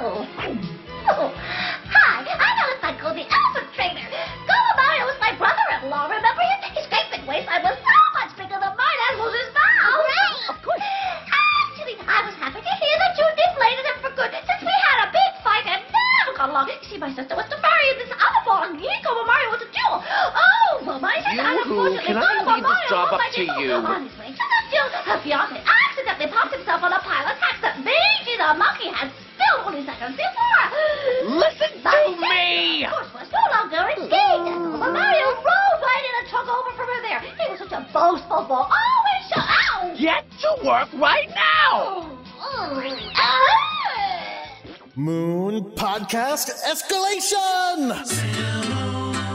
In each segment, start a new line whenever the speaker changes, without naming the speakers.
Oh. Oh. Hi, I know this man called the Elephant Trainer. Golomario was my brother-in-law. Remember him? His great big waistline was so much bigger than mine and was his
Oh,
now. Right. Of course. Actually, I was happy to hear that you deflated him for good since we had a big fight and never got along. You see, my sister was to marry this other ball, and he, Golomario, was a duel. Oh, well, my sister, and
You,
unfortunately,
can I leave this
Golomario
job
was
up
my
to
duel.
you?
Honestly, since I killed her fiance accidentally popped himself on a pile of tax that Meiji the monkey had spilled only seconds before.
Listen
My
to
sister,
me!
Of course, was no longer engaged. And Uncle Mario rolled right in and took over from her there. He was such a boastful boy. Always shut out.
Get to work right now!
Moon Podcast Escalation!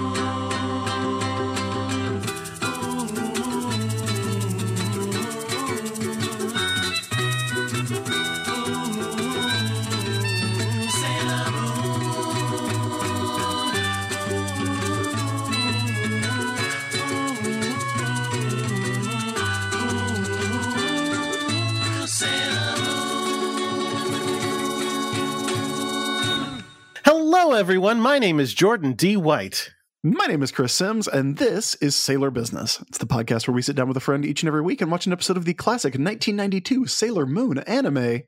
Hello, everyone. My name is Jordan D. White.
My name is Chris Sims, and this is Sailor Business. It's the podcast where we sit down with a friend each and every week and watch an episode of the classic 1992 Sailor Moon anime,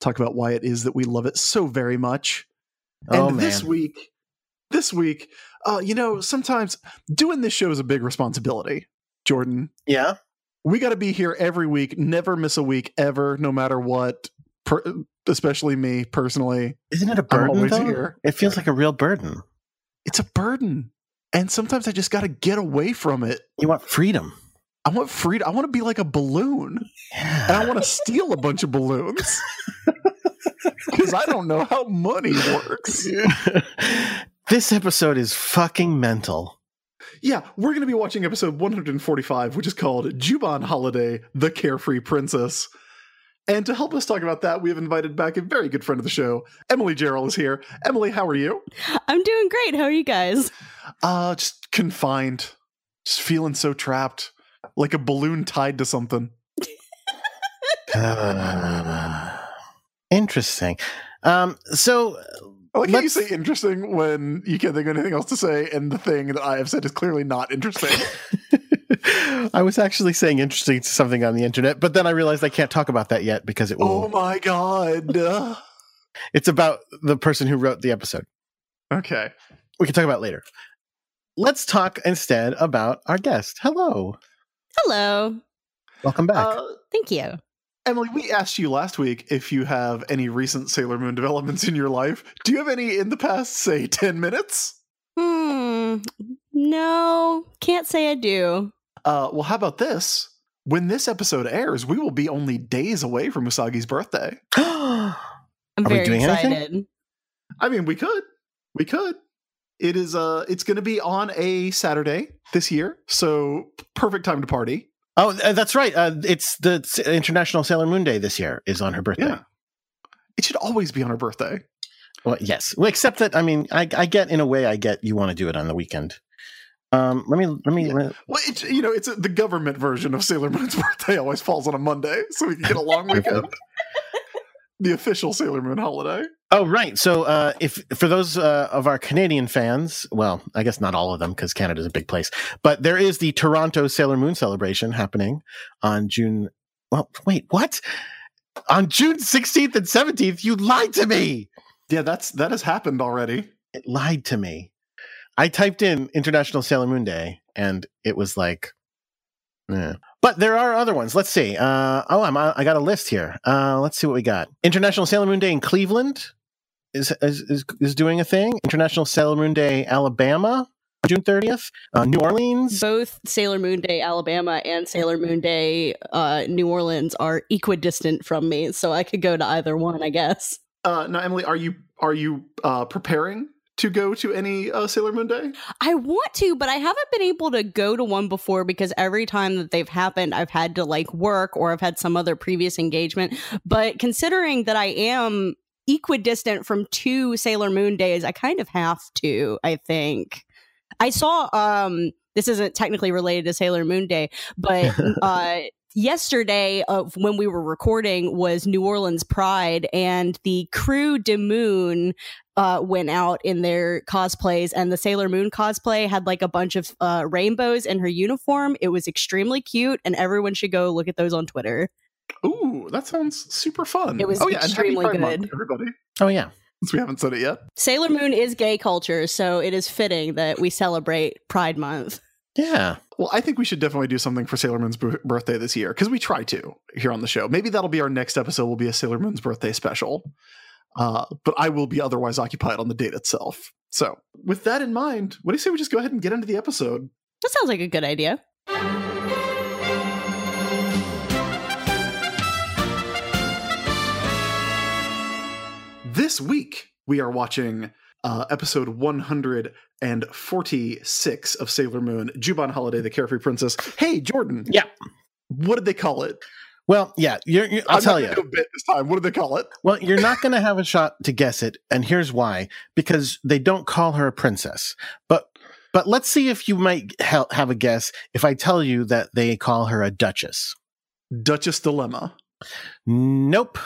talk about why it is that we love it so very much.
Oh,
and this
man.
week, this week, uh, you know, sometimes doing this show is a big responsibility, Jordan.
Yeah.
We got to be here every week, never miss a week, ever, no matter what, per- especially me personally.
Isn't it a
I'm
burden?
always
though?
here.
It feels like a real burden.
It's a burden. And sometimes I just got to get away from it.
You want freedom.
I want freedom. I want to be like a balloon, and
Yeah.
I want to steal a bunch of balloons because I don't know how money works.
this episode is fucking mental.
Yeah, we're going to be watching episode 145, which is called Juban Holiday: The Carefree Princess. And to help us talk about that, we have invited back a very good friend of the show, Emily Gerald is here. Emily, how are you?
I'm doing great. How are you guys?
Uh, just confined, just feeling so trapped, like a balloon tied to something.
Uh, interesting. Um, so,
I like how you
Let's-
say interesting when you can't think of anything else to say, and the thing that I have said is clearly not interesting.
I was actually saying interesting to something on the internet, but then I realized I can't talk about that yet because it will.
Oh my god. Uh,
it's about the person who wrote the episode.
okay.
We can talk about it later. Let's talk instead about our guest. Hello.
Hello.
Welcome back.
Uh,
Thank you.
Emily, we asked you last week if you have any recent Sailor Moon developments in your life. Do you have any in the past, say, 10 minutes?
Hmm. No, can't say I do.
Uh, well, how about this? When this episode airs, we will be only days away from Usagi's birthday.
Are
I'm
we
very
doing anything?
excited.
I mean, we could. We could. It is uh it's going to be on a Saturday this year, so perfect time to party.
Oh, th- that's right. Uh, it's the S- International Sailor Moon Day this year is on her birthday.
Yeah. It should always be on her birthday.
Well, yes. Well, except that I mean, I, I get in a way, I get you want to do it on the weekend. Um, let me let me.
Well, it's, you know, it's the government version of Sailor Moon's birthday always falls on a Monday, so we can get a long weekend. the official Sailor Moon holiday.
Oh, right. So, uh, if for those uh, of our Canadian fans, well, I guess not all of them because Canada's a big place, but there is the Toronto Sailor Moon celebration happening on June. Well, wait, what? On June sixteenth and seventeenth, you lied to me.
Yeah, that's that has happened already.
It lied to me. I typed in International Sailor Moon Day and it was like, eh. but there are other ones. Let's see. Uh, oh, I'm, I got a list here. Uh, let's see what we got. International Sailor Moon Day in Cleveland is, is, is, is doing a thing. International Sailor Moon Day, Alabama, June 30th. Uh, New Orleans.
Both Sailor Moon Day Alabama and Sailor Moon Day uh, New Orleans are equidistant from me, so I could go to either one, I guess.
Uh, now, Emily, are you are you uh, preparing to go to any uh, Sailor Moon Day?
I want to, but I haven't been able to go to one before because every time that they've happened, I've had to like work or I've had some other previous engagement. But considering that I am equidistant from two Sailor Moon days, I kind of have to, I think. I saw um this isn't technically related to Sailor Moon Day, but uh yesterday of when we were recording was New Orleans Pride and the crew de Moon uh, went out in their cosplays and the Sailor Moon cosplay had like a bunch of uh, rainbows in her uniform. It was extremely cute and everyone should go look at those on Twitter.
Ooh, that sounds super fun.
It was
oh, yeah, and happy
extremely
Pride Month,
good.
everybody,
Oh yeah.
since we haven't said it yet.
Sailor Moon is gay culture, so it is fitting that we celebrate Pride Month.
Yeah.
Well, I think we should definitely do something for Sailor Moon's b- birthday this year because we try to here on the show. Maybe that'll be our next episode. Will be a Sailor Moon's birthday special, uh, but I will be otherwise occupied on the date itself. So, with that in mind, what do you say we just go ahead and get into the episode?
That sounds like a good idea.
This week we are watching uh, episode 146 of Sailor Moon: Juban Holiday, the Carefree Princess. Hey, Jordan.
Yeah.
What did they call it?
Well, yeah. You're, you I'll
I'm not
tell
gonna
you.
do a bit this time. What did they call it?
Well, you're not going to have a shot to guess it, and here's why: because they don't call her a princess. But but let's see if you might ha- have a guess if I tell you that they call her a duchess.
Duchess Dilemma.
Nope.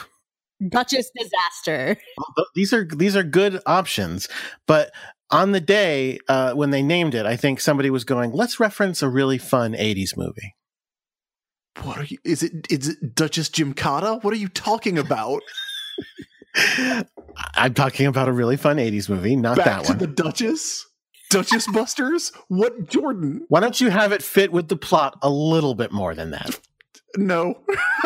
Duchess disaster.
Th- These are these are good options, but on the day uh, when they named it, I think somebody was going, "Let's reference a really fun '80s movie."
What are you? Is it is it Duchess Gymkata? What are you talking about?
I- I'm talking about a really fun '80s movie, not
Back
that
to
one.
the Duchess. Duchess Busters. What Jordan?
Why don't you have it fit with the plot a little bit more than that?
No.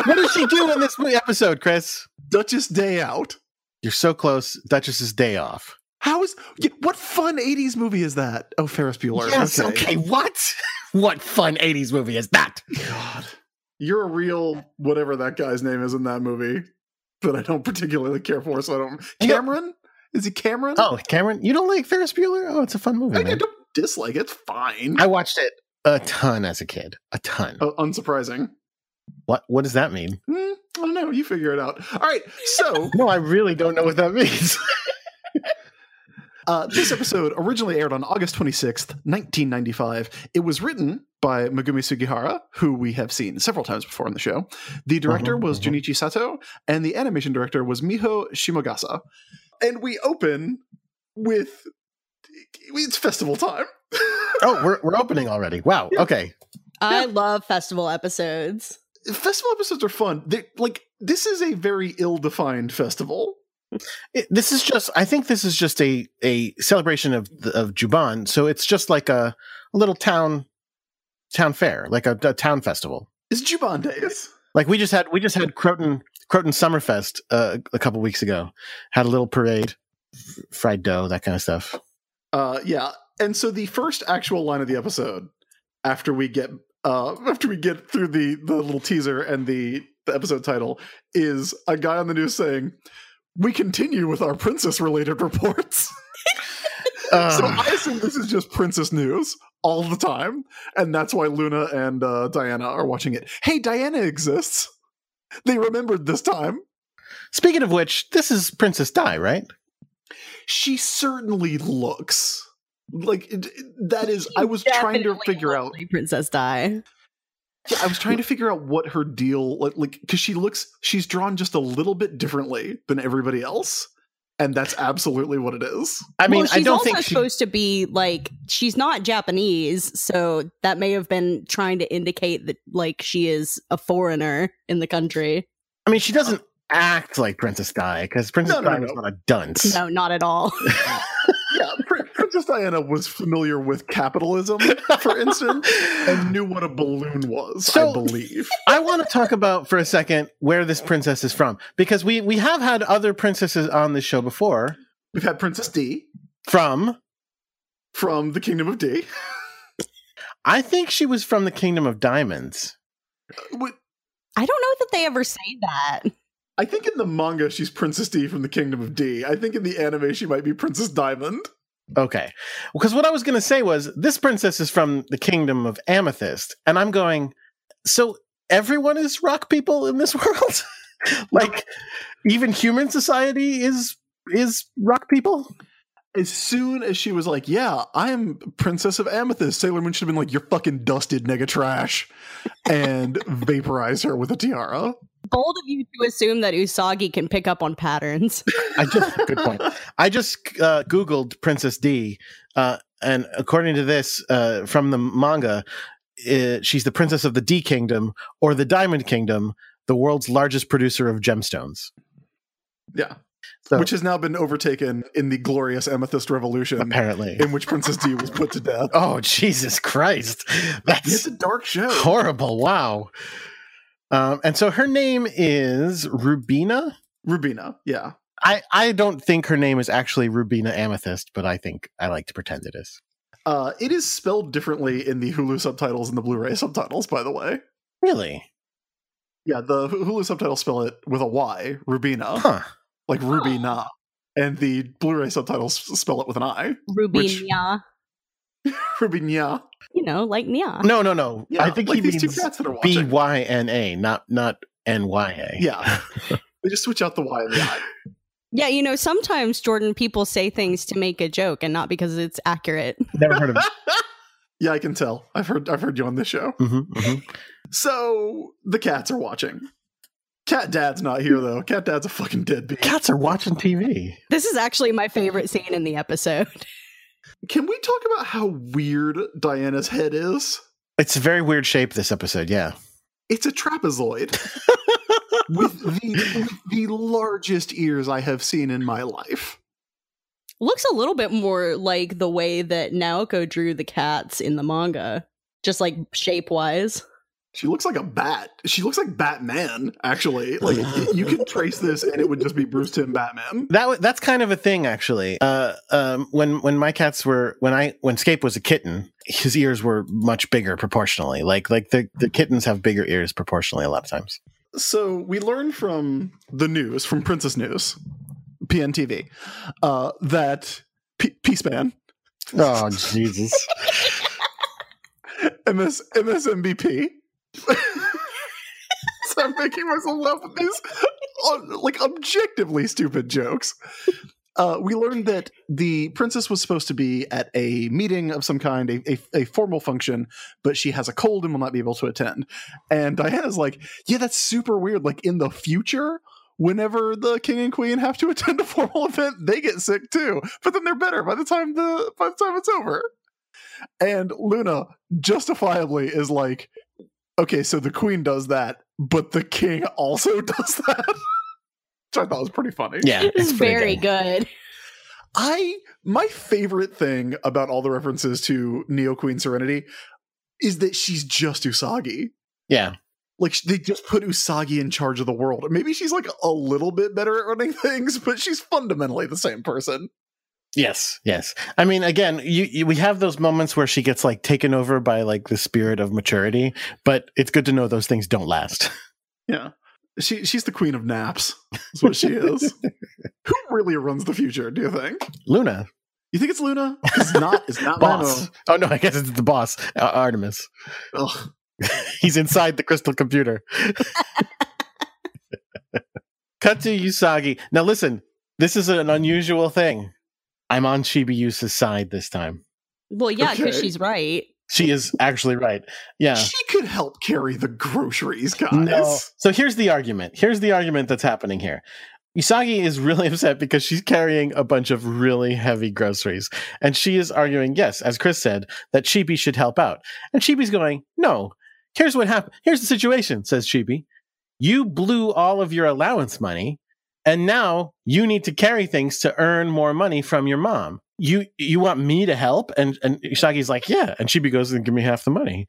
What does she do in this mo- episode, Chris?
Duchess Day Out.
You're so close. Duchess's day off.
How is y- what fun '80s movie is that? Oh, Ferris Bueller.
Yes, okay. What? What fun 80s movie is that?
God, you're a real whatever that guy's name is in that movie that I don't particularly care for. So I don't.
I know-
Cameron. Is he Cameron?
Oh, Cameron, you don't like Ferris Bueller? Oh, it's a fun movie.
I, I
man.
don't dislike it. It's fine.
I watched it a ton as a kid. A ton.
Oh, unsurprising.
What what does that mean?
Hmm, I don't know. You figure it out. All right. So.
No, I really don't know what that means.
Uh, this episode originally aired on August 26th, 1995. It was written by Megumi Sugihara, who we have seen several times before on the show. The director
Mhm,
was
mhm.
Junichi Sato, and the animation director was Miho Shimogasa. And we open with it's festival time.
oh, we're we're opening already. Wow. Okay.
I love festival episodes.
festival episodes are fun. They're, like this is a very ill-defined festival.
It- this is just I think this is just a a celebration of the, of Juban. So it's just like a, a little town town fair, like a, a town festival.
It's Juban days.
Like we just had we just had Croton Croton Summerfest uh, a couple weeks ago. Had a little parade, f- fried dough, that kind of stuff.
Uh, yeah, and so the first actual line of the episode, after we get uh, after we get through the the little teaser and the the episode title, is a guy on the news saying, "We continue with our princess related reports." so
Ugh.
I assume this is just princess news all the time, and that's why Luna and uh, Diana are watching it. Hey, Diana exists. They remembered this time.
speaking of which, this is Princess Di, right?
She certainly looks like it- it- that is. I was trying to
Definitely
figure out.
lovely Princess Di.
Yeah, I was trying to figure out what her deal like like cuz she looks she's drawn just a little bit differently than everybody else and that's absolutely what it is.
I mean,
well, she's
I don't
also
think she,
supposed to be like she's not Japanese, so that may have been trying to indicate that like she is a foreigner in the country.
I mean, she doesn't act like Princess Di because Princess
No, no,
Di
no.
was not a dunce.
No, not at all.
Yeah, Prin- Princess Diana was familiar with capitalism for instance and knew what a balloon was, I
So-
believe.
I want to talk about for a second where this princess is from because we we have had other princesses on this show before
We've had Princess D
from
from the Kingdom of D.
I think she was from the Kingdom of Diamonds.
Wh-
I don't know that they ever say that.
I think in the manga she's Princess D from the Kingdom of D. I think in the anime she might be Princess Diamond.
Okay. Because what I was going to say was this princess is from the Kingdom of Amethyst and I'm going so everyone is rock people in this world? like even human society is is rock people?
As soon as she was like, "Yeah, I'm Princess of Amethyst," Sailor Moon should have been like, "You're fucking dusted, nigga trash," and vaporize her with a tiara.
Bold of you to assume that Usagi can pick up on patterns.
I just good point. I just uh, googled Princess D, uh, and according to this uh, from the manga, uh she's the princess of the D Kingdom or the Diamond Kingdom, the world's largest producer of gemstones.
Yeah,
So
which has now been overtaken in the glorious Amethyst Revolution,
apparently,
in which Princess D was put to death.
oh Jesus Christ,
It's
that's
a dark show.
horrible! Wow. Um, and so her name is Rubina.
Rubina, yeah.
I, I don't think her name is actually Rubina Amethyst, but I think I like to pretend it is.
Uh, it is spelled differently in the Hulu subtitles and the Blu-ray subtitles, by the way.
Really?
Yeah, the Hulu subtitles spell it with a Y, Rubina,
Huh.
like Rubina, and the Blu-ray subtitles spell it with an I, Which-
Rubinia.
Rubina.
You know, like Nia.
No, no, no.
Yeah,
I think
like
he
these
means
two cats that are watching.
B Y N A, not not N Y A.
Yeah, they just switch out the Y and the I.
Yeah, you know, sometimes Jordan people say things to make a joke and not because it's accurate.
Never heard of it.
Yeah, I can tell. I've heard. I've heard you on this show.
Mhm, mhm.
So the cats are watching. Cat Dad's not here though. Cat Dad's a fucking deadbeat.
Cats are watching TV.
This is actually my favorite scene in the episode.
Can we talk about how weird Diana's head is?
It's a very weird shape this episode. Yeah.
It's a trapezoid with the with the largest ears I have seen in my life.
Looks a little bit more like the way that Naoko drew the cats in the manga, just like shape wise.
She looks like a bat. She looks like Batman, actually. Like you could trace this and it would just be Bruce Tim Batman.
That wa- that's kind of a thing actually. Uh, um, when when my cats were when I when Scape was a kitten, his ears were much bigger proportionally. Like like the the kittens have bigger ears proportionally a lot of times.
So we learn from the news, from Princess News, PNTV, uh, that P- Peace Man,
Oh Jesus.
MS- MSMBP. so I'm making myself laugh at these un- like objectively stupid jokes. Uh, we learned that the princess was supposed to be at a meeting of some kind, a, a, a formal function, but she has a cold and will not be able to attend. And Diana's like, Yeah, that's super weird. Like in the future, whenever the king and queen have to attend a formal event, they get sick too. But then they're better by the time the by the time it's over. And Luna justifiably is like, okay, so the queen does that, but the king also does that. Which I thought was pretty funny.
Yeah.
It's
pretty
very good.
I my favorite thing about all the references to Neo Queen Serenity is that she's just Usagi.
Yeah.
Like sh- they just put Usagi in charge of the world. Maybe she's like a little bit better at running things, but she's fundamentally the same person.
Yes, yes. I mean, again, you, you we have those moments where she gets like taken over by like the spirit of maturity, but it's good to know those things don't last.
Yeah. She she's the queen of naps. Is what she is. Who really runs the future, do you think?
Luna,
You think it's Luna? It's not. It's not
boss. Oh no, I guess it's the boss, uh, Artemis.
Luna. Ugh.
He's inside the crystal computer. Cut to Usagi. Now listen, this is an unusual thing. I'm on Shibuyusa's side this time.
Well, yeah, because
Okay.
she's right.
She is actually right. Yeah.
She could help carry the groceries, guys.
No. So here's the argument. Here's the argument that's happening here. Usagi is really upset because she's carrying a bunch of really heavy groceries. And she is arguing, yes, as Chris said, that Chibi should help out. And Chibi's going, no, here's what happened. Here's the situation, says Chibi. You blew all of your allowance money, and now you need to carry things to earn more money from your mom. You you want me to help? And and Usagi's like, yeah. And Chibi goes and give me half the money.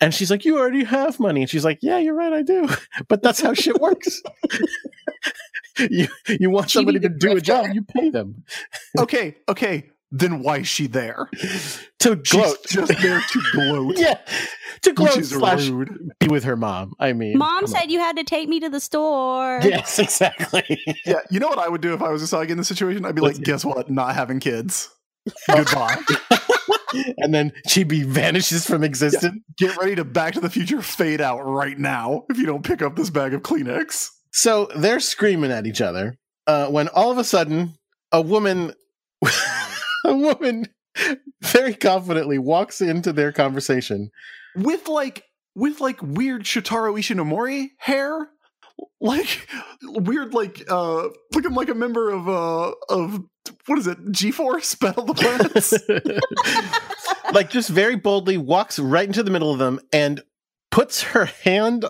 And she's like, You already have money. And she's like, Yeah, you're right, I do. But that's how shit works. you you want
She
somebody
needs
to
a
do a job,
grifter.
you pay them.
Okay, okay. Then why is she there?
To
She's
gloat.
just there to gloat.
yeah. To
Which
gloat
is
slash
rude.
be with her mom. I mean
Mom
come
said you had to take me to the store.
on. Yes, exactly.
Yeah, you know what I would do if I was Usagi in this situation? I'd be
What's
like,
it?
guess what? Not having kids. Goodbye.
and then Chibi vanishes from existence.
Get ready to Back to the Future fade out right now if you don't pick up this bag of Kleenex.
So they're screaming at each other uh, when all of a sudden a woman a woman very confidently walks into their conversation.
with like with like weird Shotaro Ishinomori hair, like weird like uh looking like a member of uh of what is it G Force Battle of the Planets.
like just very boldly walks right into the middle of them and puts her hand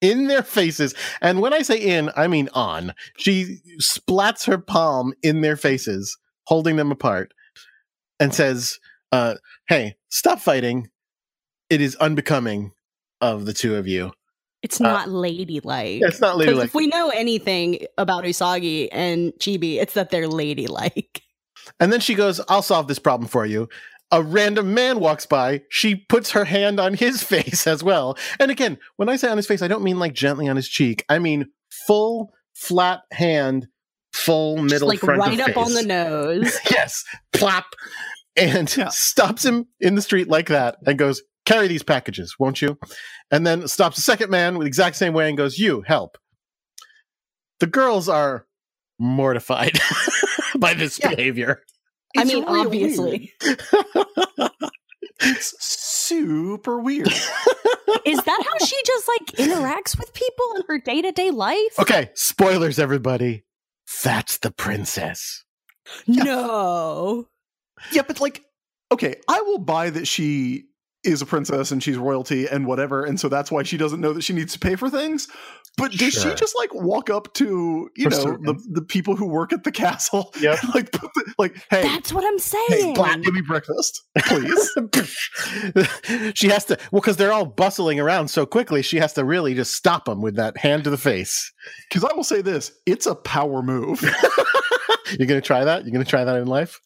in their faces. And when I say in, I mean on. She splats her palm in their faces, holding them apart, and says, uh, "Hey, stop fighting. It is unbecoming of the two of you.
It's
Uh,
not ladylike.
It's not
'Cause
ladylike."
if we know anything about Usagi and Chibi, it's that they're ladylike.
And then she goes, I'll solve this problem for you. A random man walks by. She puts her hand on his face as well. And again, when I say on his face, I don't mean like gently on his cheek. I mean full, flat hand, full
Just,
middle
like
front
right
of
up on the
face.
nose.
yes, plop, and
Yeah.
stops him in the street like that and goes, "Carry these packages, won't you?" And then stops the second man with the exact same way and goes, "You help." The girls are mortified by this
Yeah.
behavior.
I
It's
mean,
real
obviously.
It's super weird.
Is that how she just like interacts with people in her day to day life?
Okay, spoilers, everybody. That's the princess.
No.
yeah, but like, okay, I will buy that she is a princess and she's royalty and whatever, and so that's why she doesn't know that she needs to pay for things. But does
Sure.
she just like walk up to you
For
know
certain.
the, the people who work at the castle?
Yep.
and, like put the, like hey,
That's what I'm
hey,
saying.
Black, give me breakfast, please.
she has to, well, because they're all bustling around so quickly, she has to really just stop them with that hand to the face.
Because I will say this, it's a power move.
You're going to try that? You're going to try that in life?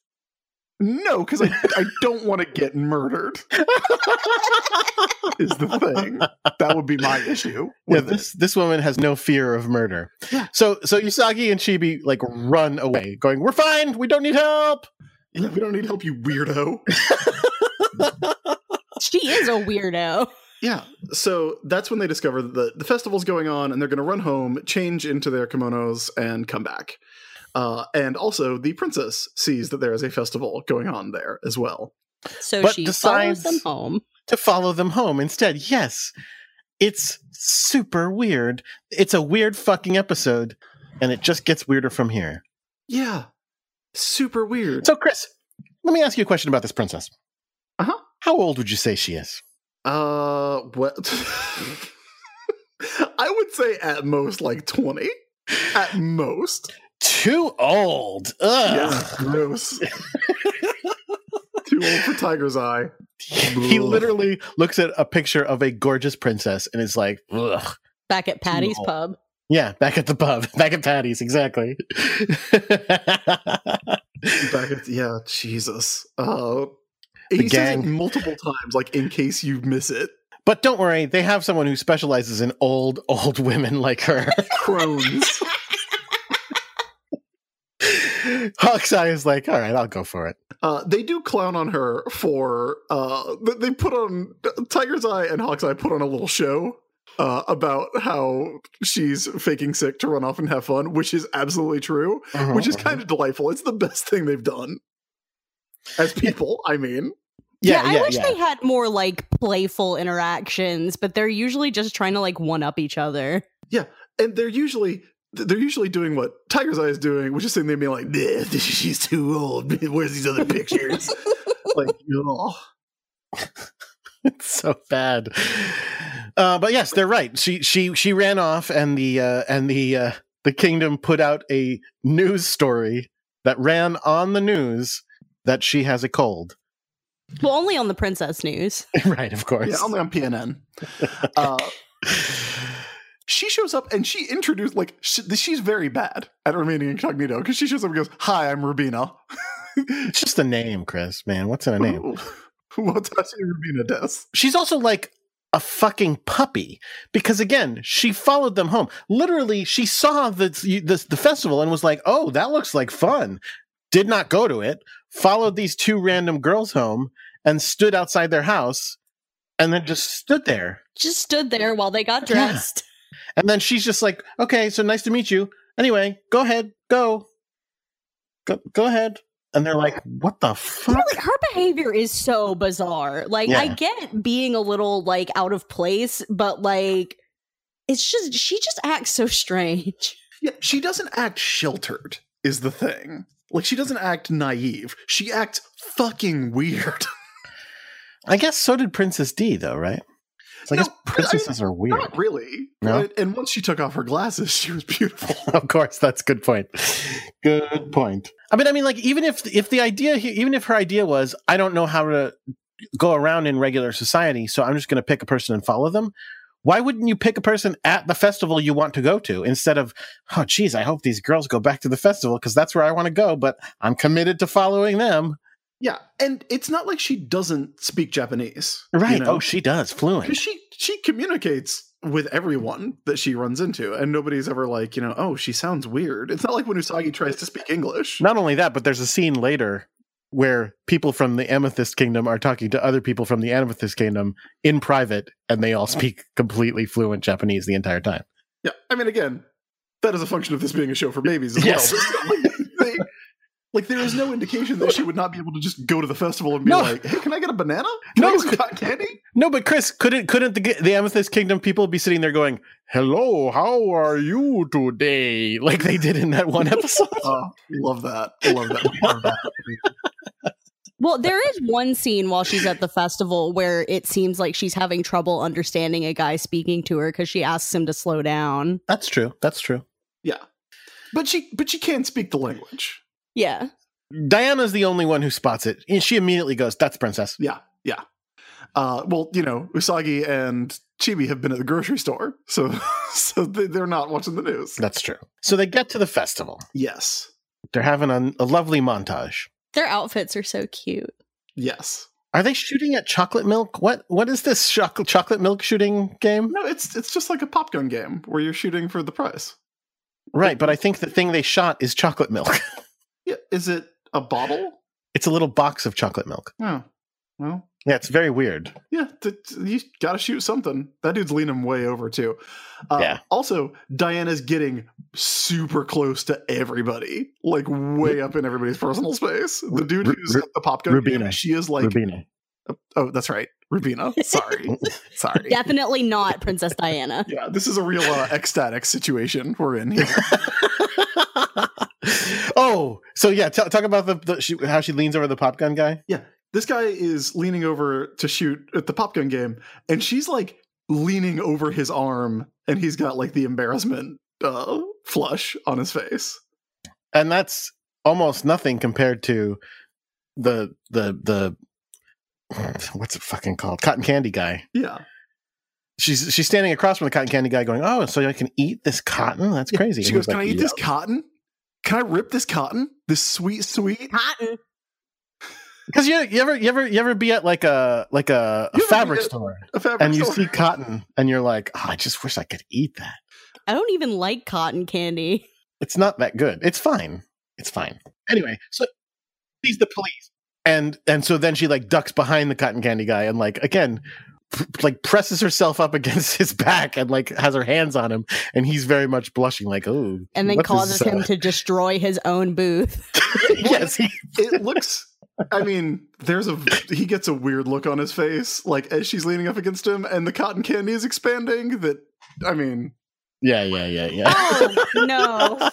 No, because I, I don't want to get murdered. is the thing that would be my issue.
Yeah,
with it.
this, this woman has no fear of murder. So, so Usagi and Chibi like run away, going, We're fine. We don't need help.
Yeah, we don't need help, you weirdo.
She is a weirdo.
Yeah. So that's when they discover that the, the festival's going on and they're going to run home, change into their kimonos, and come back. Uh, and also, the princess sees that there is a festival going on there as well.
So
But
she
decides-
follows them home.
to follow them home instead. Yes, it's super weird. It's a weird fucking episode, and it just gets weirder from here.
Yeah. Super weird.
So, Chris, let me ask you a question about this princess.
Uh-huh.
How old would you say she is?
uh, what? I would say at most like 20. At most.
Too old. Ugh.
Yeah. Gross. Too old for Tiger's Eye.
he
Ugh.
literally looks at a picture of a gorgeous princess and is like, ugh.
Back at Patty's
No.
pub.
Yeah, back at the pub, back at Patty's, exactly.
back at yeah jesus uh he
The
says it
gang.
multiple times like in case you miss it
but don't worry, they have someone who specializes in old, old women like her.
crones
Hawkeye is like, all right, I'll go for it.
uh they do clown on her for uh th- they put on tiger's eye and hawk's eye put on a little show uh, about how she's faking sick to run off and have fun, which is absolutely true, which
Oh.
is kind of delightful. It's the best thing they've done as people. I mean,
yeah, yeah,
I wish
yeah.
they had more like playful interactions, but they're usually just trying to like one up each other.
and they're usually they're usually doing what Tiger's Eye is doing, which is saying they being like, "Nah, she's too old. Where's these other pictures?" like, oh.
It's so bad. Uh, but yes, they're right. She she she ran off, and the uh, and the uh, the kingdom put out a news story that ran on the news that she has a cold.
Well, only on the princess news.
right, of course.
yeah, only on PNN. uh, she shows up and she introduced like sh she's very bad at remaining incognito because she shows up and goes, "Hi, I'm Rubina."
it's just a name, Chris. Man, what's in a name?
What's actually Rubina does?
she's also like a fucking puppy because again she followed them home literally she saw the, the the festival and was like oh that looks like fun did not go to it followed these two random girls home and stood outside their house and then just stood there
Just stood there while they got
Yeah.
dressed.
and then she's just like okay so nice to meet you anyway go ahead go go, go ahead and they're like, "What the fuck?"
Really, her behavior is so bizarre. Like, I
Yeah.
get being a little like out of place, but like, it's just she just acts so strange.
Yeah, she doesn't act sheltered, is the thing. Like, she doesn't act naive. She acts fucking weird.
I guess so did Princess D, though, right? So I
No,
guess princesses are weird.
Not really.
No?
But- And once she took off her glasses, she was beautiful.
of course that's a good point good point i mean i mean like even if if the idea he- even if her idea was i don't know how to go around in regular society so i'm just going to pick a person and follow them why wouldn't you pick a person at the festival you want to go to instead of oh geez i hope these girls go back to the festival because that's where i want to go but i'm committed to following them
Yeah, and it's not like she doesn't speak Japanese,
right
You know?
oh she does
because
fluent
she she communicates with everyone that she runs into, and nobody's ever like, you know, oh, she sounds weird. It's not like when Usagi tries to speak English.
not only that but there's a scene later where people from the amethyst kingdom are talking to other people from the amethyst kingdom in private and they all speak completely fluent japanese the entire time
Yeah, I mean, again, that is a function of this being a show for babies as
Yes.
well. But, like, they- like, there is no indication that she would not be able to just go to the festival and be
No.
like, hey, can I get a banana? Can I
No.
get some cotton candy?
no but chris couldn't couldn't the, the amethyst kingdom people be sitting there going hello how are you today like they did in that one episode
Oh, love that. I love that.
Well, there is one scene while she's at the festival where it seems like she's having trouble understanding a guy speaking to her because she asks him to slow down.
that's true that's true
but she but she can speak the language.
Yeah.
diana's the only one who spots it and she immediately goes that's princess
Yeah, yeah. Uh, well, you know, Usagi and Chibi have been at the grocery store, so so they- they're not watching the news.
that's true so they get to the festival
Yes,
they're having a, a lovely montage
Their outfits are so cute.
yes.
are they shooting at chocolate milk what what is this chocolate chocolate milk shooting game
No, it's it's just like a pop gun game where you're shooting for the prize.
Right, but I think the thing they shot is chocolate milk.
Yeah, is it a bottle?
It's a little box of chocolate milk.
No. Well,
Yeah, it's very weird.
yeah, t- t- you got to shoot something. That dude's leaning way over too. Uh,
Yeah.
Also, Diana's getting super close to everybody, like way up in everybody's personal space. The dude
Ru-
who's
Ru-
at the pop gun game,
Rubina.
she is like
Rubina.
Oh, that's right. Rubina. Sorry. Sorry.
Definitely not Princess Diana.
Yeah, this is a real uh, ecstatic situation we're in here.
oh, so yeah, t- talk about the, the she, how she leans over the pop gun guy.
This guy is leaning over to shoot at the pop gun game, and she's like leaning over his arm, and he's got like the embarrassment uh, flush on his face.
And that's almost nothing compared to the the the what's it fucking called? Cotton candy guy.
Yeah.
She's she's standing across from the cotton candy guy going, "Oh, so I can eat this cotton? That's crazy."
She
And
goes,
he's
Can
like, uh,
I eat
"Yeah."
this cotton? Can I rip this cotton? This sweet, sweet.
Cotton.
Cuz you, you ever you ever you ever be at like a like a, a
You ever be
fabric
at-
store
A fabric
and you
store.
see cotton and you're like, oh, I just wish I could eat that.
I don't even like cotton candy.
It's not that good. It's fine. It's fine. Anyway, so she's the police. And and so then she like ducks behind the cotton candy guy and like again p- like presses herself up against his back and like has her hands on him and he's very much blushing like oh
And then
what is
causes
this, uh,
him to destroy his own booth.
yes he,
it looks i mean there's a he gets a weird look on his face like as she's leaning up against him and the cotton candy is expanding that i mean
yeah yeah yeah yeah
Oh, no.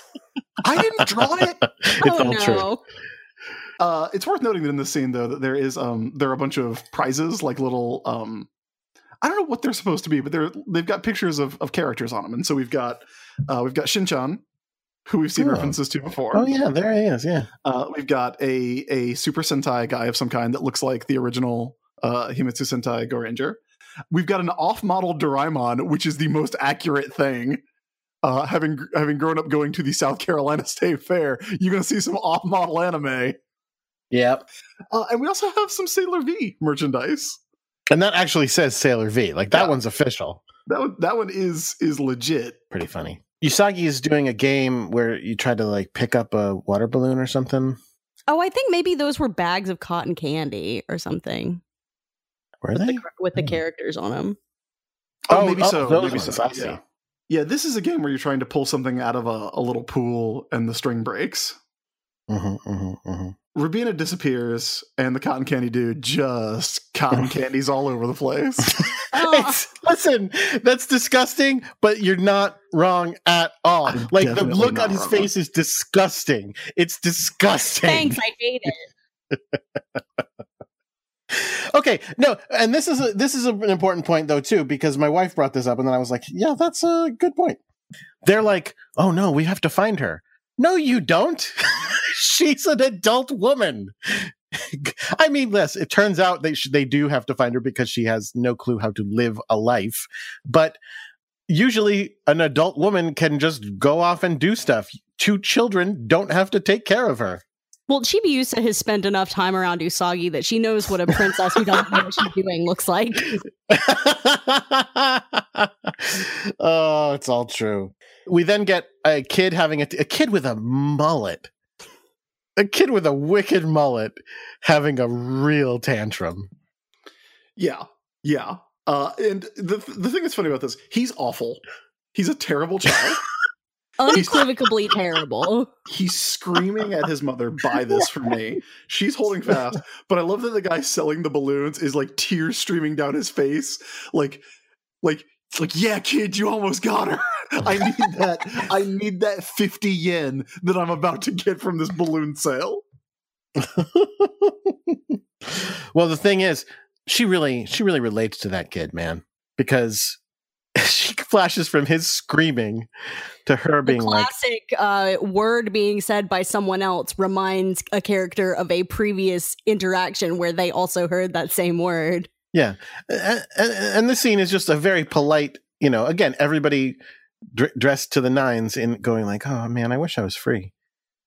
i didn't draw it
it's
oh,
all
no.
true
uh it's worth noting that in this scene though that there is um there are a bunch of prizes like little um i don't know what they're supposed to be but they're they've got pictures of of characters on them and so we've got uh we've got shinchan who we've seen
Oh.
references to before
oh yeah there he is yeah
Uh, we've got a a Super Sentai guy of some kind that looks like the original uh, Himitsu Sentai Goranger. We've got an off-model Doraemon, which is the most accurate thing. Uh, having having grown up going to the South Carolina State Fair, you're gonna see some off-model anime,
yep
uh, and we also have some Sailor V merchandise.
and that actually says Sailor V like that
Yeah.
one's official
That one, that one is is legit.
pretty funny. Usagi is doing a game where you try to like pick up a water balloon or something.
Oh, I think maybe those were bags of cotton candy or something
Were they?
with the
Hmm.
characters on them.
Oh, maybe so.
those
Maybe
ones,
so.
I see.
Yeah. yeah, this is a game where you're trying to pull something out of a, a little pool and the string breaks.
Mhm, mhm, mhm.
Rubina disappears, and the cotton candy dude just cotton candies all over the place.
Oh,
It's, listen, that's disgusting, but you're not wrong at all.
I'm
like the
definitely
look
not
on his
wrong.
face is disgusting. It's disgusting.
thanks, I hate it.
Okay, no, and this is a, this is a- an important point though too because my wife brought this up and then I was like, yeah, that's a good point. They're like, oh no, we have to find her. No, you don't. She's an adult woman. I mean, yes, it turns out they sh- they do have to find her because she has no clue how to live a life. But usually, an adult woman can just go off and do stuff. Two children don't have to take care of her.
Well, Chibiusa has spent enough time around Usagi that she knows what a princess who doesn't know what she's doing looks like.
oh, it's all true. We then get a kid having a, a kid with a mullet, a kid with a wicked mullet having a real tantrum.
yeah, yeah. Uh, and the the thing that's funny about this, he's awful. He's a terrible child.
Unequivocally terrible.
He's screaming at his mother, buy this for me. She's holding fast. But I love that the guy selling the balloons is like tears streaming down his face. Like, like, it's like, yeah, kid, you almost got her. I need that. I need that 50 yen that I'm about to get from this balloon sale.
well, the thing is, she really she really relates to that kid, man, because she flashes from his screaming to her
The
being like,
classic uh, word being said by someone else reminds a character of a previous interaction where they also heard that same word.
and, and- and this scene is just a very polite you know again everybody dr- dressed to the nines and going like oh man i wish i was free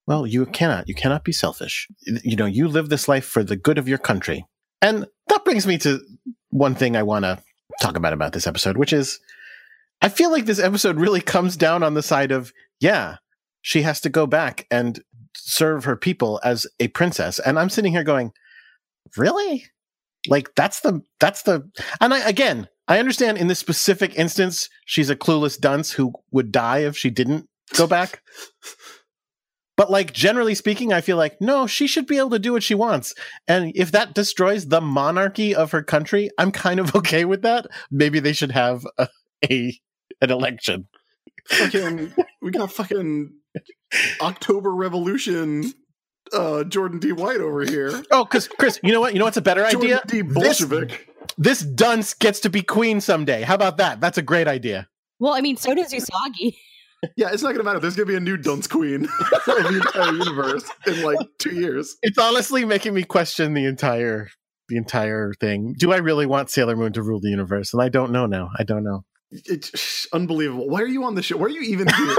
well you cannot you cannot be selfish you know you live this life for the good of your country and that brings me to one thing i want to talk about about this episode which is i feel like this episode really comes down on the side of yeah she has to go back and serve her people as a princess and i'm sitting here going really like that's the that's the and I again I understand in this specific instance she's a clueless dunce who would die if she didn't go back. But like generally speaking, I feel like no, she should be able to do what she wants. And if that destroys the monarchy of her country, I'm kind of okay with that. Maybe they should have a, a an election.
Fucking, we got fucking October Revolution uh, Jordan D. White over here.
Oh, because Chris, you know what? You know what's a better idea?
Jordan D.
This-
Bolshevik.
This dunce gets to be queen someday. How about that? That's a great idea.
Well, I mean, so does Usagi.
Yeah, it's not gonna matter. There's gonna be a new dunce queen of the entire universe in like two years.
it's honestly making me question the entire the entire thing. Do I really want Sailor Moon to rule the universe? And I don't know now. I don't know.
It's unbelievable. Why are you on the show? Why are you even here?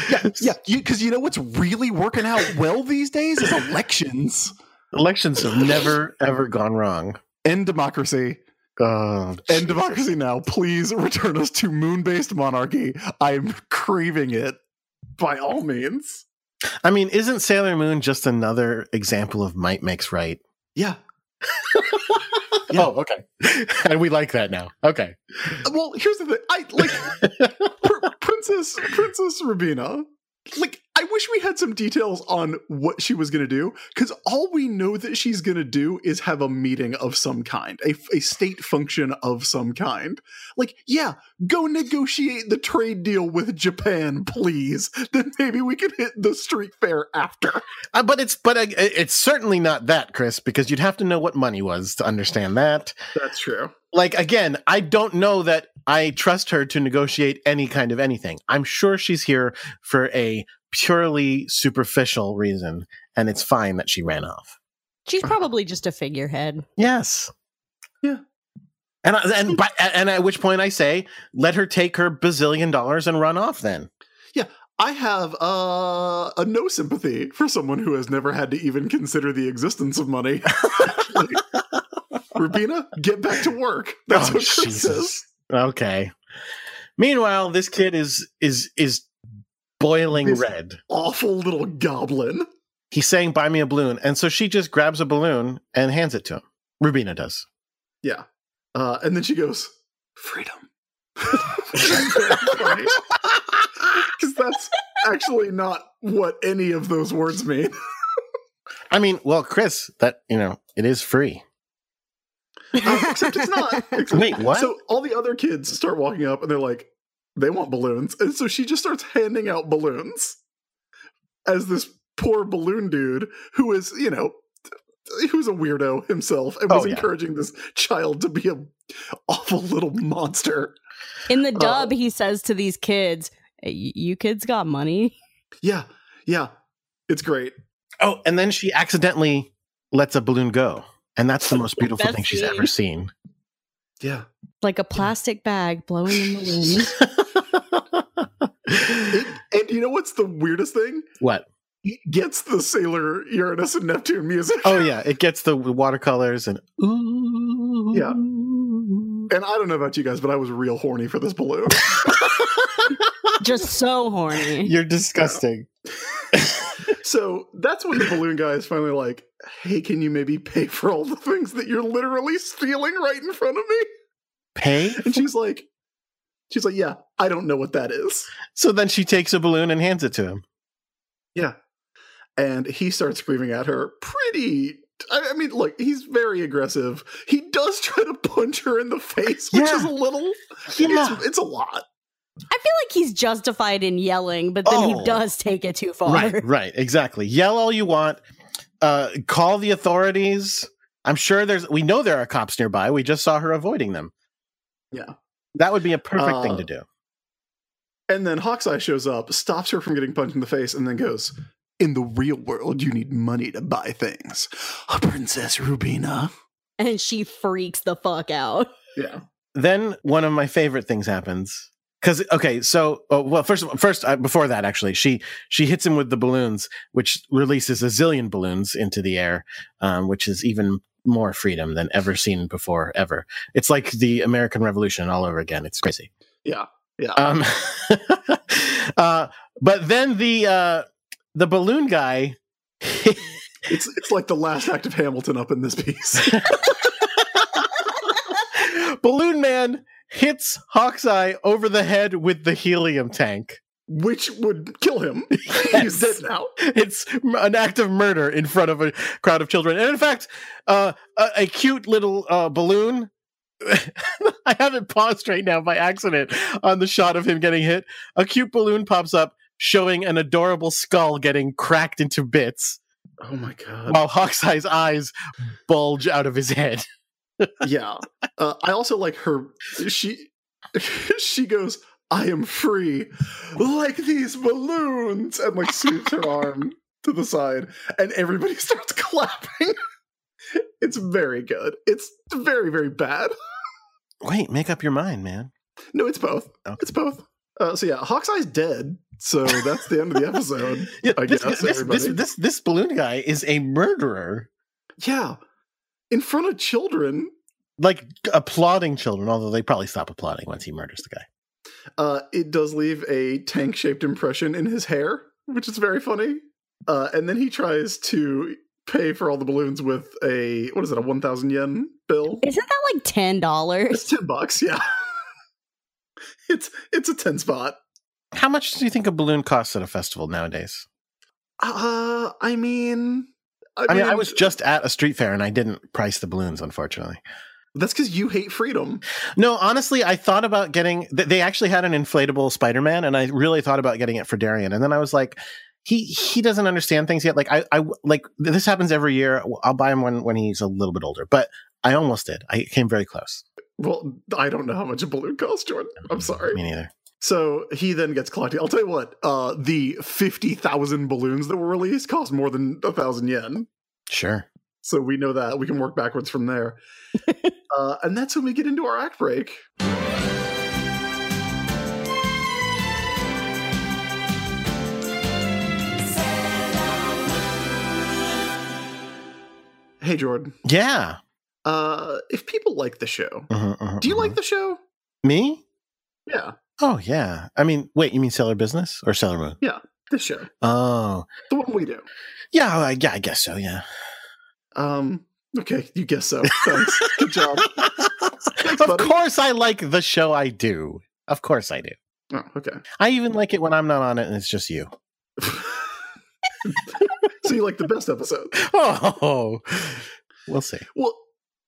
yeah, yeah. Because you know what's really working out well these days is elections
Elections have never ever gone wrong.
and democracy.
Oh,
And democracy now. Please return us to moon-based monarchy. I'm craving it by all means.
I mean, isn't Sailor Moon just another example of might makes right?
Yeah.
Oh, okay. and we like that now. Okay.
Uh, Well, here's the thing. I like Pr- Princess Princess Rubina. Like, I wish we had some details on what she was going to do, because all we know that she's going to do is have a meeting of some kind, a, a state function of some kind. Like, yeah, go negotiate the trade deal with Japan, please. Then maybe we can hit the street fair after.
Uh, but it's but uh, it's certainly not that, Chris, because you'd have to know what money was to understand that.
That's true.
like again, I don't know that I trust her to negotiate any kind of anything. I'm sure she's here for a purely superficial reason, and it's fine that she ran off.
She's probably just a figurehead.
Yes.
Yeah.
And I, and but and at which point I say, let her take her bazillion dollars and run off. Then
I have uh, a no sympathy for someone who has never had to even consider the existence of money. Rubina, get back to work. That's
Oh,
what Chris
Jesus.
says.
okay. Meanwhile, this kid is is is boiling
This-
red.
Awful little goblin.
He's saying, "Buy me a balloon," and so she just grabs a balloon and hands it to him. Rubina does.
Yeah. Uh, and then she goes, freedom. Because that's actually not what any of those words mean.
I mean, well, Chris, that you know, it is free.
Uh, except it's not. Except-
Wait, what?
So all the other kids start walking up and they're like, they want balloons. And so she just starts handing out balloons as this poor balloon dude who is, you know, who's a weirdo himself and was
Oh, yeah.
encouraging this child to be a awful little monster.
In the dub, he says to these kids, "Hey, y- "You kids got money."
Yeah. Yeah. It's great.
oh, and then she accidentally lets a balloon go, and that's the most beautiful
Best
thing she's
scene.
ever seen.
Yeah.
Like a plastic bag blowing in the wind.
It, and you know what's the weirdest thing?
what?
It gets the Sailor Uranus and Neptune music.
Oh yeah, it gets the watercolors and ooh.
Yeah. And I don't know about you guys, but I was real horny for this balloon.
Just so horny.
You're disgusting.
So that's when the balloon guy is finally like, hey, can you maybe pay for all the things that you're literally stealing right in front of me?
Pay?
And she's like, she's like, yeah, I don't know what that is.
So then she takes a balloon and hands it to him.
Yeah. And he starts screaming at her pretty. I I mean, look, he's very aggressive. He does try to punch her in the face, which
Yeah.
is a little, it's, it's a lot.
I feel like he's justified in yelling, but then
Oh.
he does take it too far.
Right, right, exactly. Yell all you want. Uh, call the authorities. I'm sure there's. We know there are cops nearby. We just saw her avoiding them.
Yeah.
that would be a perfect
Uh,
thing to do.
And then Hawkeye shows up, stops her from getting punched in the face, and then goes, In the real world, you need money to buy things. Princess Rubina.
And she freaks the fuck out.
Yeah.
Then one of my favorite things happens. Because okay, so oh, well, first, of- first uh, before that, actually, she she hits him with the balloons, which releases a zillion balloons into the air, um, which is even more freedom than ever seen before ever. It's like the American Revolution all over again. It's crazy.
Yeah, yeah.
Um, uh, but then the uh, the balloon guy.
It's it's like the last act of Hamilton up in this piece.
Balloon man hits Hawkeye over the head with the helium tank.
Which would kill him. He's
Yes.
dead now.
It's m- an act of murder in front of a crowd of children. And in fact, uh, a, a cute little uh, balloon. I have it paused right now by accident on the shot of him getting hit. A cute balloon pops up showing an adorable skull getting cracked into bits
Oh my god.
while Hawkeye's eyes bulge out of his head.
Yeah. Uh, I also like her she she goes, I am free. Like these balloons and like sweeps her arm to the side and everybody starts clapping. It's very good. It's very, very bad.
Wait, make up your mind, man.
No, it's both.
Okay.
It's both. Uh, so yeah, Hawkeye's dead. So that's the end of the episode.
Yeah,
I
this, this,
guess,
this,
everybody.
this, this balloon guy is a murderer,
Yeah. In front of children,
like applauding children, although they probably stop applauding once he murders the guy.
uh, it does leave a tank shaped impression in his hair, which is very funny. Uh, and then he tries to pay for all the balloons with a, what is it, a 1,000 yen bill?
Isn't that like ten dollars?
It's 10 bucks, yeah. it's it's a 10 spot.
How much do you think a balloon costs at a festival nowadays?
Uh, I mean,
I mean, I was just at a street fair and I didn't price the balloons, unfortunately.
That's because you hate freedom.
No, honestly, I thought about getting. th- They actually had an inflatable Spider-Man, and I really thought about getting it for Darian. And then I was like, he he doesn't understand things yet. Like I I like this happens every year. I'll buy him one when he's a little bit older. But I almost did. I came very close.
Well, I don't know how much a balloon costs, Jordan. I'm sorry.
Me neither.
So he then gets collected. I'll tell you what, uh, the 50,000 balloons that were released cost more than a thousand yen.
Sure.
So we know that. We can work backwards from there. uh, and that's when we get into our act break. Hey, Jordan.
Yeah.
Uh, if people like the show,
Mhm, mhm,
do you
mhm.
like the show?
me?
Yeah,
Oh yeah. I mean, wait. You mean Seller Business or Seller Moon?
this show,
Oh
the one we do.
yeah. I, yeah. I guess so. Yeah.
Um, okay, you guess so. Thanks. Good job. Thanks,
of
buddy.
course, I like the show. I do. Of course, I do.
Oh, okay.
I even like it when I'm not on it and it's just you.
so you like the best episode.
Oh, we'll see.
Well,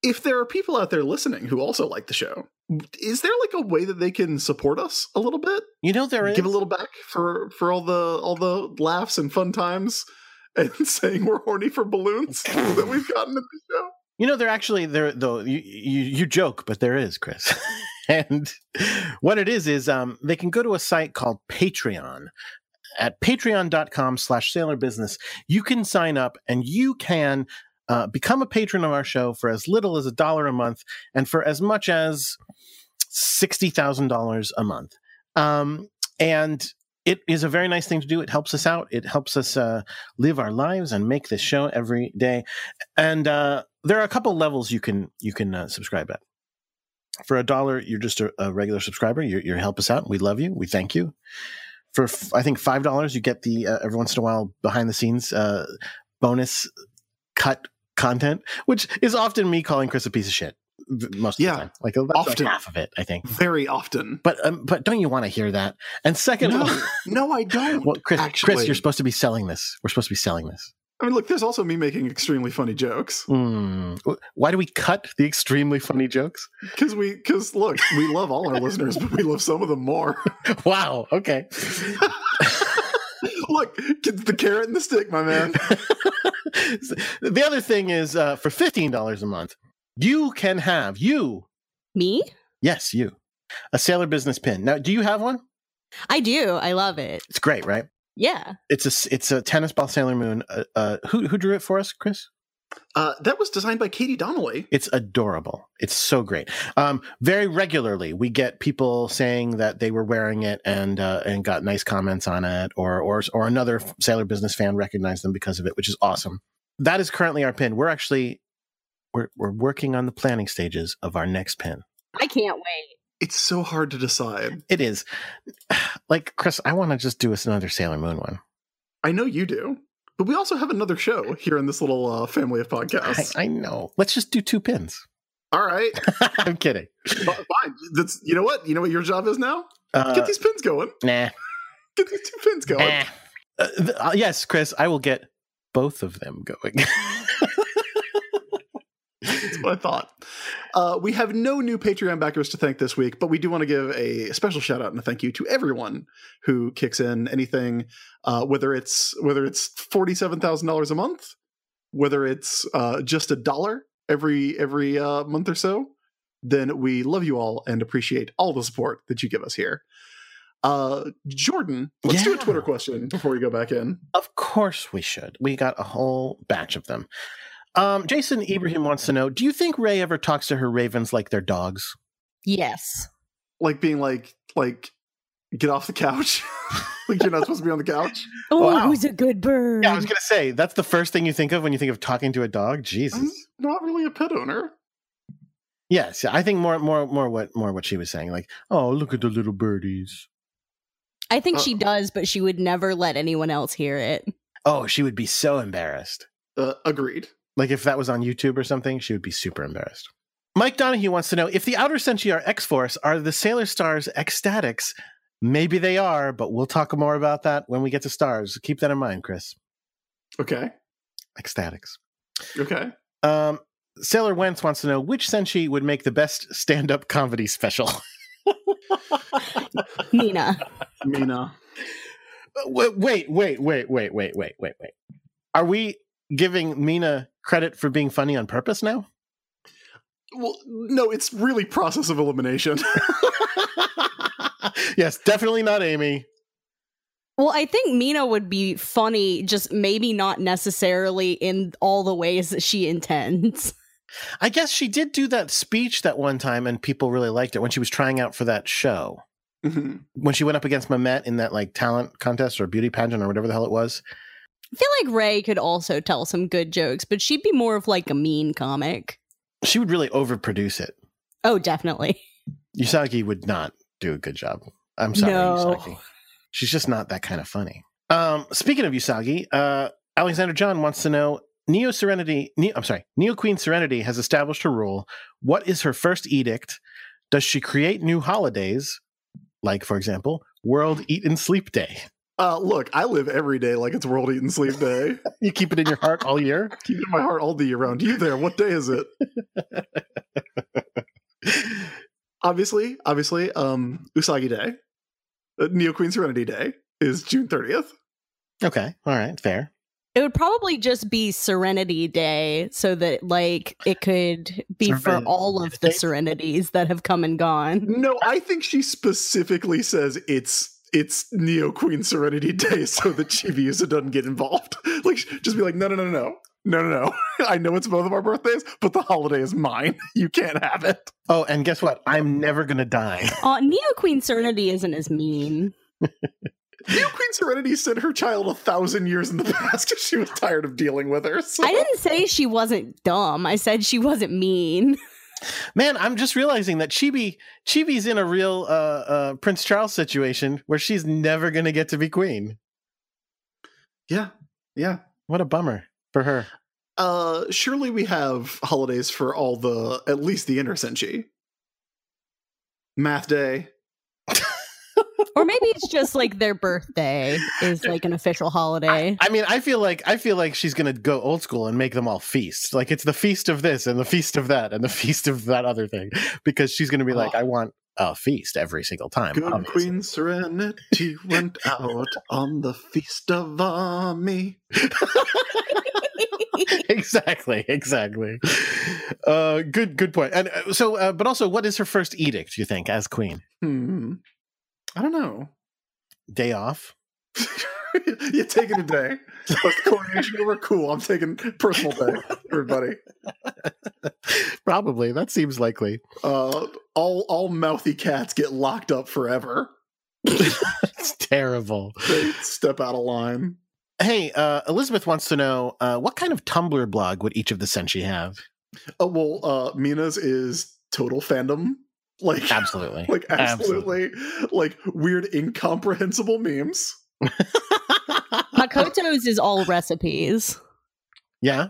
if there are people out there listening who also like the show, is there like a way that they can support us a little bit?
You know there is.
Give a little back for for all the all the laughs and fun times and saying we're horny for balloons that we've gotten in the show.
You know, there actually there though you, you you joke, but there is, Chris. and what it is is um they can go to a site called Patreon at patreon.com slash sailor business. You can sign up and you can uh, become a patron of our show for as little as a dollar a month and for as much as sixty thousand dollars a month. Um and it is a very nice thing to do. It helps us out. It helps us uh, live our lives and make this show every day. And uh, there are a couple levels you can you can uh, subscribe at. For a dollar, you're just a, a regular subscriber. You you help us out. We love you. We thank you. For f- I think five dollars, you get the uh, every once in a while behind the scenes uh, bonus cut content, which is often me calling Chris a piece of shit th- most of
Yeah.
the time. Like that's
Often.
like half of it, I think.
Very often.
But um, but don't you want to hear that? And second, of all-
No, no, I don't.
well, Chris,
actually.
Chris, you're supposed to be selling this. We're supposed to be selling this.
I mean, look, there's also me making extremely funny jokes
Hmm. Wh- Why do we cut the extremely funny jokes?
because we, because look, we love all our listeners, but we love some of them more.
Wow. Okay.
look, get the carrot and the stick, my man.
the other thing is uh, for fifteen dollars a month, you can have you.
Me?
Yes, you. A sailor business pin. Now, do you have one?
I do. I love it.
It's great, right?
Yeah.
It's a s- it's a tennis ball Sailor Moon. Uh, uh, who who drew it for us, Chris?
Uh, that was designed by Katie Donnelly.
It's adorable. It's so great. Um, very regularly, we get people saying that they were wearing it and uh, and got nice comments on it, or or or another Sailor Business fan recognized them because of it, which is awesome. That is currently our pin. We're actually we're we're working on the planning stages of our next pin.
I can't wait.
It's so hard to decide.
It is like Chris. I want to just do us another Sailor Moon one.
I know you do, but we also have another show here in this little uh, family of
I,
podcasts.
I know. Let's just do two pins.
All right,
I'm kidding.
fi- fine. That's you know what you know what your job is now.
Uh,
Get these pins going.
nah.
Get these two pins going.
Eh. Uh, th- uh, yes, Chris, I will get both of them going.
That's what I thought. Uh, we have no new Patreon backers to thank this week, but we do want to give a special shout out and a thank you to everyone who kicks in anything, uh, whether it's whether it's forty seven thousand dollars a month, whether it's uh, just a dollar every every uh, month or so. Then we love you all and appreciate all the support that you give us here. Uh, Jordan, let's do a
Yeah.
Twitter question before we go back in.
Of course we should. We got a whole batch of them. Um, Jason Ibrahim wants to know Do you think Ray ever talks to her ravens like they're dogs?
Yes.
Like being like like get off the couch. like you're not supposed to be on the couch.
Oh,
Wow.
who's a good bird?
Yeah, I was going to say, that's the first thing you think of when you think of talking to a dog?
I'm
Jesus.
not really a pet owner.
Yes, yeah, I think more, more, more what, more what she was saying. Like, oh, look at the little birdies.
I think
Uh,
she does, but she would never let anyone else hear it.
Oh, she would be so embarrassed.
Uh, agreed.
Like if that was on YouTube or something, she would be super embarrassed. Mike Donahue wants to know if the Outer Senshi are X Force, are the Sailor Stars ecstatics? Maybe they are, but we'll talk more about that when we get to stars. Keep that in mind, Chris.
Okay.
Ecstatics.
Okay.
Um, Sailor Wentz wants to know which Senshi would make the best stand up comedy special.
Nina.
Mina.
wait, wait, wait, wait, wait, wait, wait, wait, wait. Are we giving Mina credit for being funny on purpose now?
Well, no, it's really process of elimination.
yes, definitely not Amy.
Well, I think Mina would be funny, just maybe not necessarily in all the ways that she intends.
I guess she did do that speech that one time, and people really liked it when she was trying out for that show.
Mhm.
When she went up against Mamet in that like talent contest or beauty pageant or whatever the hell it was.
I feel like Ray could also tell some good jokes, but she'd be more of like a mean comic.
She would really overproduce it.
Oh, definitely.
Usagi would not do a good job. I'm sorry,
No.
Usagi. She's just not that kind of funny. Um, speaking of Usagi, uh, Alexander John wants to know Neo Serenity. Ne- I'm sorry, Neo Queen Serenity has established her rule. What is her first edict? Does she create new holidays, like for example, World Eat and Sleep Day?
Uh, look, I live every day like it's World Eat and Sleep Day.
You keep it in your heart all year.
Keep it in my heart all the year round. You there? What day is it? obviously, obviously, um, Usagi Day, uh, Neo Queen Serenity Day is June thirtieth.
Okay. All right. Fair.
It would probably just be Serenity Day so that like it could be for
Serenity
all of the
Day?
serenities that have come and gone.
No, I think she specifically says it's it's Neo Queen Serenity Day so that Chibiusa doesn't get involved. Like, just be like, no, no, no, no, no. No, no, no. I know it's both of our birthdays, but the holiday is mine. You can't have it.
Oh, and guess what? I'm never going to die.
Uh, Neo Queen Serenity isn't as mean.
Neo Queen Serenity sent her child a thousand years in the past because she was tired of dealing with her. So.
I didn't say she wasn't dumb. I said she wasn't mean.
Man, I'm just realizing that Chibi Chibi's in a real uh, uh, Prince Charles situation where she's never going to get to be queen.
Yeah, yeah.
What a bummer for her.
Uh, surely we have holidays for all the at least the inner senshi. Math day.
Or maybe it's just like their birthday is like an official holiday.
I mean, I feel like I feel like she's going to go old school and make them all feast. Like it's the feast of this and the feast of that and the feast of that other thing because she's going to be like,
Oh.
I want a feast every single time.
Good
obviously.
Queen Serenity went out on the feast of Ami.
exactly, exactly. Uh, good, good point. And uh, so, uh, but also, what is her first edict? You think as queen,
Hmm. I don't know.
day off?
You're taking a day. Like coronation over? Cool. I'm taking personal day, everybody.
Probably that seems likely.
Uh, all all mouthy cats get locked up forever.
It's terrible.
They step out of line.
Hey, uh, Elizabeth wants to know uh, what kind of Tumblr blog would each of the senshi have?
Oh well, uh, Mina's is total fandom. Like
Absolutely.
like absolutely like weird incomprehensible memes.
Makoto's is all recipes.
yeah.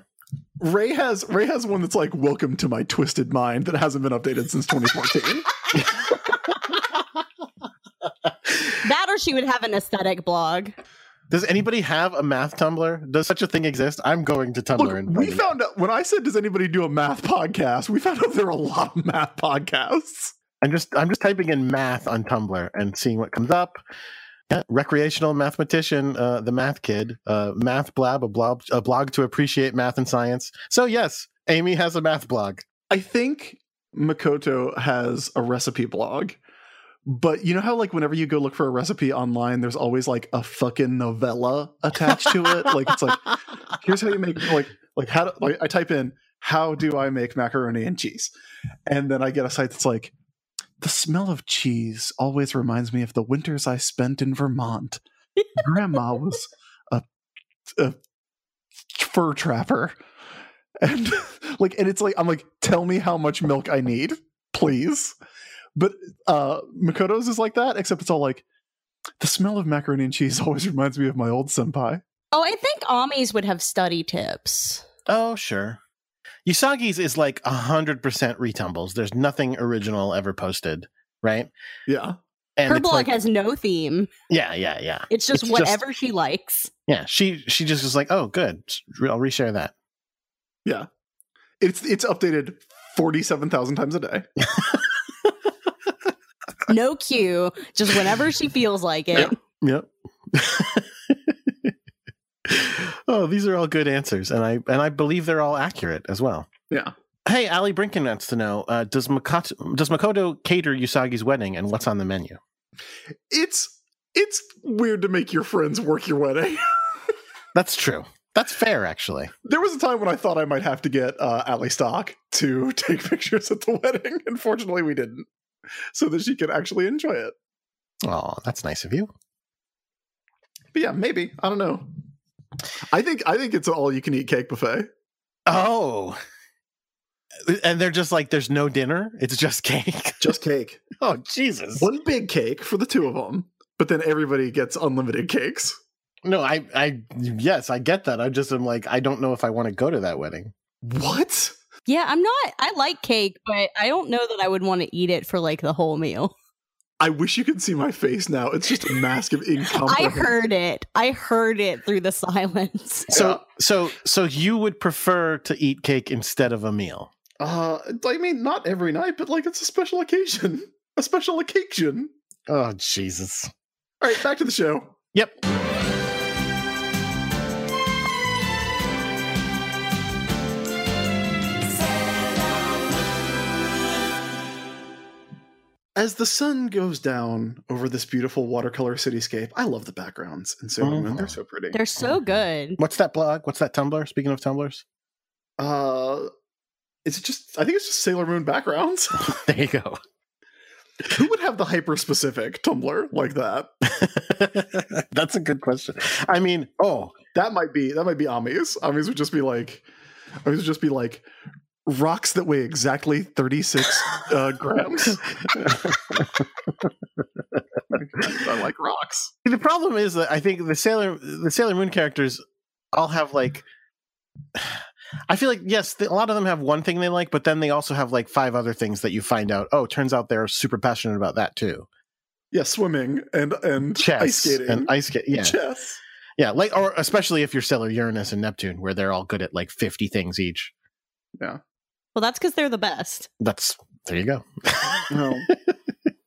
Ray has Ray has one that's like welcome to my twisted mind that hasn't been updated since 2014.
That or she would have an aesthetic blog.
Does anybody have a math Tumblr? Does such a thing exist? I'm going to Tumblr
Look,
and
we
finding out.
found out when I said does anybody do a math podcast, we found out there are a lot of math podcasts.
I'm just I'm just typing in math on Tumblr and seeing what comes up. Yeah, recreational mathematician, uh, the math kid, uh, math blab, a blog, a blog to appreciate math and science. So yes, Amy has a math blog.
I think Makoto has a recipe blog, but you know how like whenever you go look for a recipe online, there's always like a fucking novella attached to it. like it's like here's how you make like like how do, like, I type in how do I make macaroni and cheese, and then I get a site that's like the smell of cheese always reminds me of the winters I spent in Vermont. Grandma was a, a fur trapper, and like and it's like I'm like tell me how much milk I need, please. But uh Makoto's is like that, except it's all like the smell of macaroni and cheese always reminds me of my old senpai.
Oh, I think Amis would have study tips.
Oh sure, Usagi's is like hundred percent retumbles. There's nothing original ever posted, right?
Yeah.
And
Her
it's
blog
like-
has no theme.
yeah, yeah, yeah,
It's just
It's just-
whatever she likes.
yeah. She she just is like, oh good, I'll reshare that.
It's it's updated forty seven thousand times a day.
No cue, just whenever she feels like it.
Yep. oh, these are all good answers, and I and I believe they're all accurate as well.
Yeah.
Hey, Ali Brinken wants to know: uh, Does Makoto does Makoto cater Usagi's wedding, and what's on the menu?
It's it's weird to make your friends work your wedding.
That's true. That's fair, actually.
There was a time when I thought I might have to get uh, Ally Stock to take pictures at the wedding. Unfortunately, we didn't, so that she could actually enjoy it.
Oh, that's nice of you.
But yeah, maybe I don't know. I think I think it's an all you can eat cake buffet.
Oh, and they're just like, there's no dinner; it's just cake.
Just cake.
oh, Jesus!
One big cake for the two of them, but then everybody gets unlimited cakes.
No, I, I, yes, I get that. I just am like, I don't know if I want to go to that wedding.
What?
Yeah, I'm not. I like cake, but I don't know that I would want to eat it for like the whole meal.
I wish you could see my face now. It's just a mask of
Oh
I
incomprehension.
heard it. I heard it through the silence.
Yeah.
So so so you would prefer to eat cake instead of a meal.
Uh, I mean, not every night, but like it's a special occasion. A special occasion.
Oh Jesus.
All right, back to the show.
Yep.
As the sun goes down over this beautiful watercolor cityscape, I love the backgrounds in Sailor Moon.
Mhm.
They're so pretty.
They're so good.
What's that blog? What's that Tumblr? Speaking of Tumblrs,
Uh, it's just, I think it's just Sailor Moon backgrounds.
there you go.
Who would have the hyper specific Tumblr like that?
That's a good question. I mean, oh,
That might be that might be Amis. Amis would just be like, Amis would just be like rocks that weigh exactly thirty six uh, grams. I like rocks.
the problem is that I think the Sailor the Sailor Moon characters all have like. I feel like yes, the, a lot of them have one thing they like, but then they also have like five other things that you find out. Oh, turns out they're super passionate about that too.
Yeah, swimming and and
Chess
ice skating
and ice skate. Yeah,
chess.
yeah. Like, or especially if you're Sailor Uranus and Neptune, where they're all good at like fifty things each.
Well, that's because they're the best.
That's there you go.
No.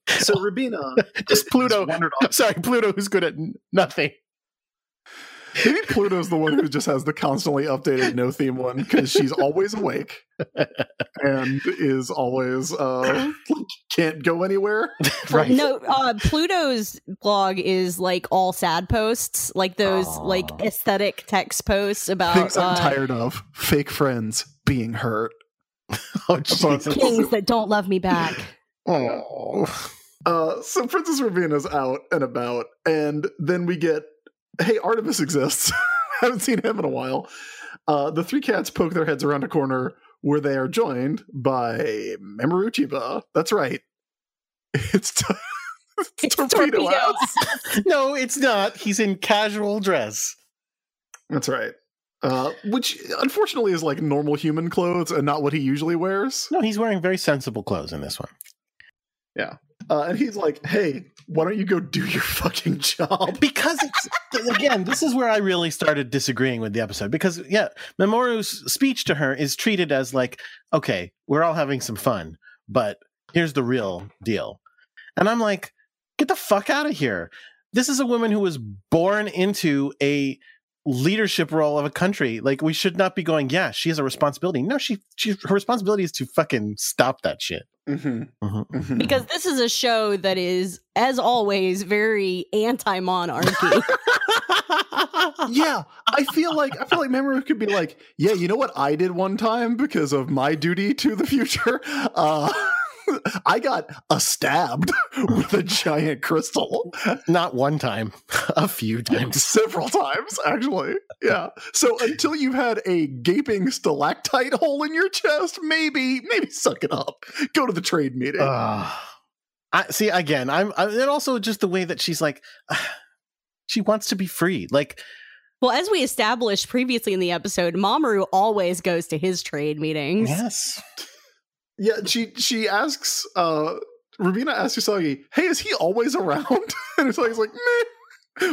So Rubina,
Just Pluto.
wandered
Sorry, Pluto, who's good at n- nothing.
maybe Pluto's the one who just has the constantly updated no theme one because she's always awake and is always uh can't go anywhere.
Right.
No, uh, Pluto's blog is like all sad posts, like those like
Aw.
aesthetic text posts about
Things I'm
uh,
tired of: fake friends being hurt.
Oh, Jesus.
things that don't love me back.
Oh.
Uh, so Princess Ravina's out and about, and then we get, hey, Artemis exists. Haven't seen him in a while. Uh, the three cats poke their heads around a corner where they are joined by Mamoru Chiba. That's right. It's, t- it's, torpedo,
Torpedo
Ass.
No, it's not. He's in casual dress.
That's right. Uh, which unfortunately is like normal human clothes and not what he usually wears.
No, he's wearing very sensible clothes in this one.
Uh, and he's like, hey, why don't you go do your fucking job?
Because it's again, this is where I really started disagreeing with the episode. Because yeah, Mamoru's speech to her is treated as like, okay, we're all having some fun, but here's the real deal. And I'm like, get the fuck out of here. This is a woman who was born into a leadership role of a country. Like we should not be going, yeah, she has a responsibility. No, she she her responsibility is to fucking stop that shit. Mhm.
Because this is a show that is, as always, very anti-monarchy.
yeah, I feel like I feel like Mamoru could be like, yeah, you know what I did one time because of my duty to the future. Uh, I got a stabbed with a giant crystal
Not one time, a few times.
several times, actually. Yeah. So until you've had a gaping stalactite hole in your chest, maybe maybe suck it up. Go to the trade meeting.
Ah. I see again. I'm I, and also just the way that she's like, ah, she wants to be free. Like,
well, as we established previously in the episode, Mamoru always goes to his trade meetings.
yes,
yeah. She she asks. uh Rubina asks Usagi, "Hey, is he always around?" and Usagi's like, "Meh."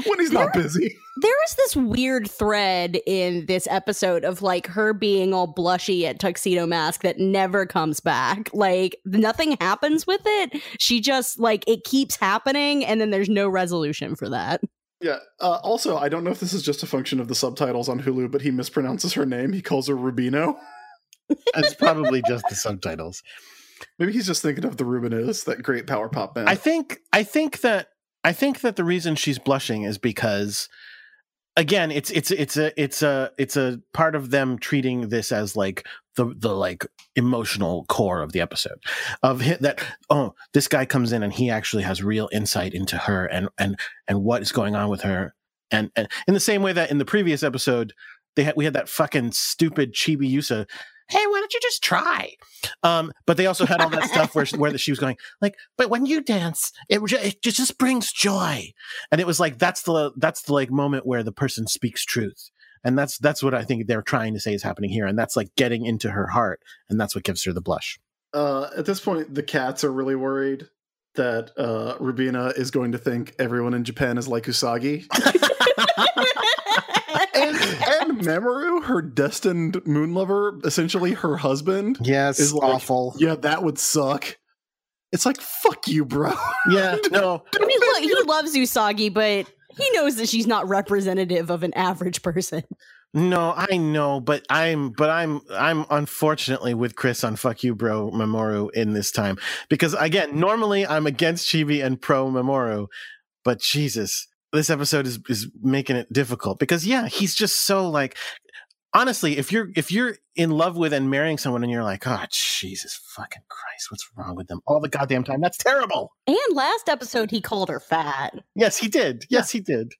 When he's not busy.
There is this weird thread in this episode of like her being all blushy at Tuxedo Mask that never comes back. Like nothing happens with it. She just like it keeps happening and then there's no resolution for that.
Yeah. Uh, also, I don't know if this is just a function of the subtitles on Hulu, but he mispronounces her name. He calls her Rubino.
it's probably just the subtitles.
Maybe he's just thinking of the Ruben is that great power pop band.
I think I think that I think that the reason she's blushing is because again, it's it's it's a it's a it's a part of them treating this as like the the like emotional core of the episode of hi- that oh this guy comes in and he actually has real insight into her and and and what is going on with her and and in the same way that in the previous episode they had we had that fucking stupid chibi yusa hey why don't you just try um but they also had all that stuff where she, where she was going like but when you dance it, ju- it ju- just brings joy and it was like that's the that's the like moment where the person speaks truth and that's that's what i think they're trying to say is happening here and that's like getting into her heart and that's what gives her the blush
uh, at this point, the cats are really worried. that uh, Rubina is going to think everyone in Japan is like Usagi. and, and Mamoru, her destined moon lover, essentially her husband,
Yes,
It's like-
awful.
yeah, that would suck. It's like, fuck you, bro.
Yeah, no,
I mean, look, he loves Usagi, but he knows that she's not representative of an average person.
no, I know, but I'm, but I'm, I'm unfortunately with Chris on "fuck you, bro" Mamoru in this time because again, normally I'm against Chibi and pro Mamoru, but Jesus, this episode is is making it difficult because yeah, he's just so like. Honestly, if you're if you're in love with and marrying someone and you're like, oh Jesus fucking Christ, what's wrong with them all the goddamn time? That's terrible.
And last episode, he called her fat.
Yes, he did. Yes, he did.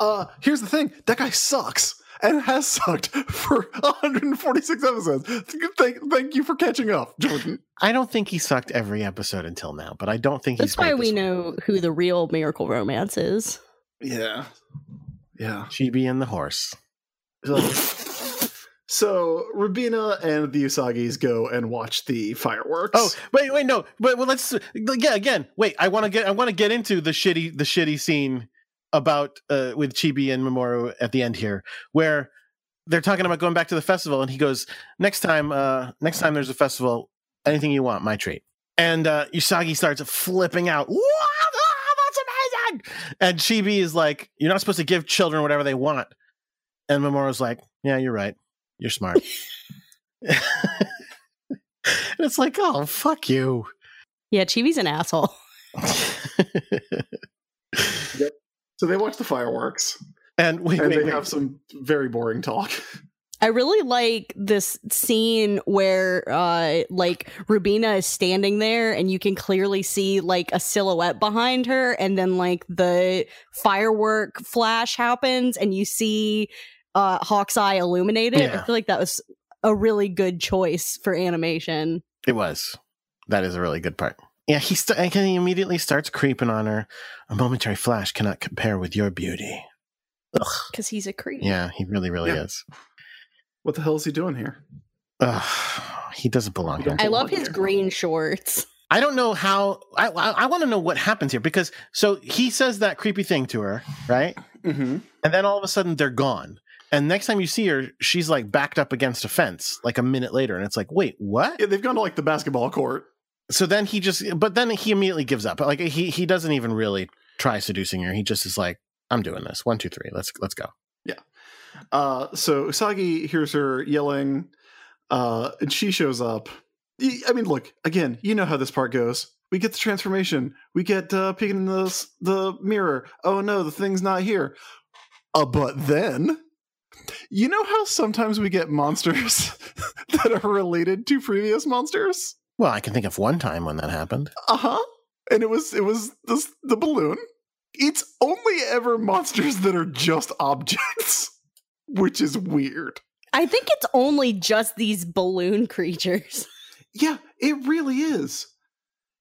Uh, here's the thing that guy sucks and has sucked for 146 episodes. Thank, thank you for catching up, Jordan.
I don't think he sucked every episode until now, but I don't think he's
That's why
right
we
this one.
know who the real Miracle Romance is.
Yeah. Yeah.
Chibi and the horse.
So Rubina and the Usagis go and watch the fireworks.
Oh, wait, wait, no, but well, let's yeah, again. Wait, I want to get I want to get into the shitty the shitty scene about uh with Chibi and Mamoru at the end here, where they're talking about going back to the festival, and he goes, "Next time, uh next time there's a festival, anything you want, my treat." And uh Usagi starts flipping out. Wow, ah, that's amazing! And Chibi is like, "You're not supposed to give children whatever they want." And Mamoru's like, "Yeah, you're right. You're smart." And it's like, oh, fuck you.
Yeah, Chibi's an asshole.
So they watch the fireworks
and wait,
and
wait,
they
wait.
have some very boring talk.
I really like this scene where, uh, like, Rubina is standing there and you can clearly see, like, a silhouette behind her. And then, like, the firework flash happens and you see uh, Hawk's Eye illuminated.
Yeah.
I feel like that was a really good choice for animation.
it was. That is a really good part. Yeah, he, st- and he immediately starts creeping on her. A momentary flash cannot compare with your beauty.
Because he's a creep.
Yeah, he really, really
Yeah.
is.
What the hell is he doing here?
Ugh, he doesn't belong here.
I love his green shorts.
I don't know how. I I, I want to know what happens here because so he says that creepy thing to her, right?
Mm-hmm.
And then all of a sudden they're gone. And next time you see her, she's like backed up against a fence, like a minute later, and it's like, wait, what?
Yeah, they've gone to like the basketball court.
so then he just but then he immediately gives up like he he doesn't even really try seducing her he just is like i'm doing this one two three let's let's go
Uh, so Usagi hears her yelling, uh, and she shows up. Y- I mean, look again. You know how this part goes. We get the transformation. We get uh, peeking in the s- the mirror. Oh no, the thing's not here. Uh, but then, you know how sometimes we get monsters that are related to previous monsters.
well i can think of one time when that happened
Uh huh. And it was it was this, the balloon. It's only ever monsters that are just objects, which is weird.
I think it's only just these balloon creatures.
Yeah, it really is.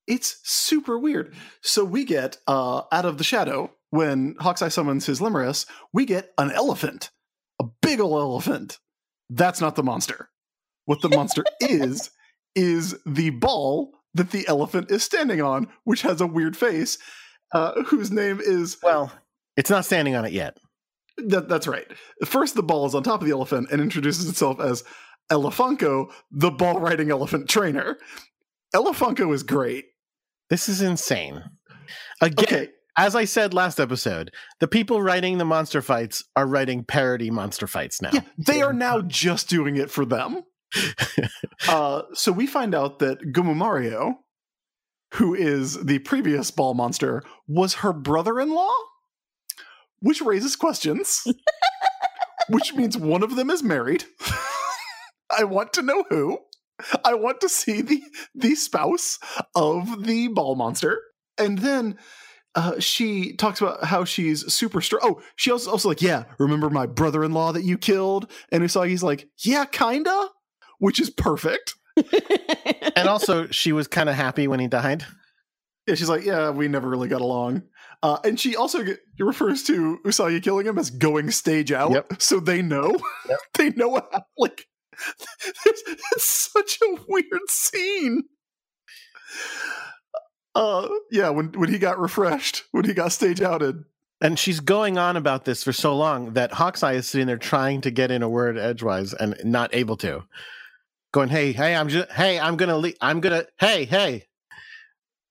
It's super weird. So we get uh, out of the shadow when Hawkeye summons his Limerus, we get an elephant, a big ol' elephant. That's not the monster. What the monster is is the ball that the elephant is standing on, which has a weird face, uh, whose name is
well it's not standing on it yet
that, that's right. First, the ball is on top of the elephant and introduces itself as Elefanco, the ball riding elephant trainer. Elefanco is great.
this is insane again
Okay.
as i said last episode the people writing the monster fights are writing parody monster fights now
Yeah, they are now just doing it for them. uh, so we find out that Gumu Mario, who is the previous ball monster, was her brother in law, which raises questions, which means one of them is married. I want to know who. I want to see the, the spouse of the ball monster. And then uh, she talks about how she's super strong. Oh, she also also like, yeah, remember my brother in law that you killed? And Usagi's like, yeah, kinda, which is perfect.
and also she was kind of happy when he died
Yeah, she's like, yeah, we never really got along. Uh, and she also g- refers to Usagi killing him as going stage out,
Yep.
so they know, they know what hap- like. there's- it's such a weird scene. Uh, yeah, when when he got refreshed, when he got stage outed,
And she's going on about this for so long that Hawkeye is sitting there trying to get in a word edgewise and not able to. Going, hey, hey, I'm just, hey, I'm gonna, le- I'm gonna, hey, hey,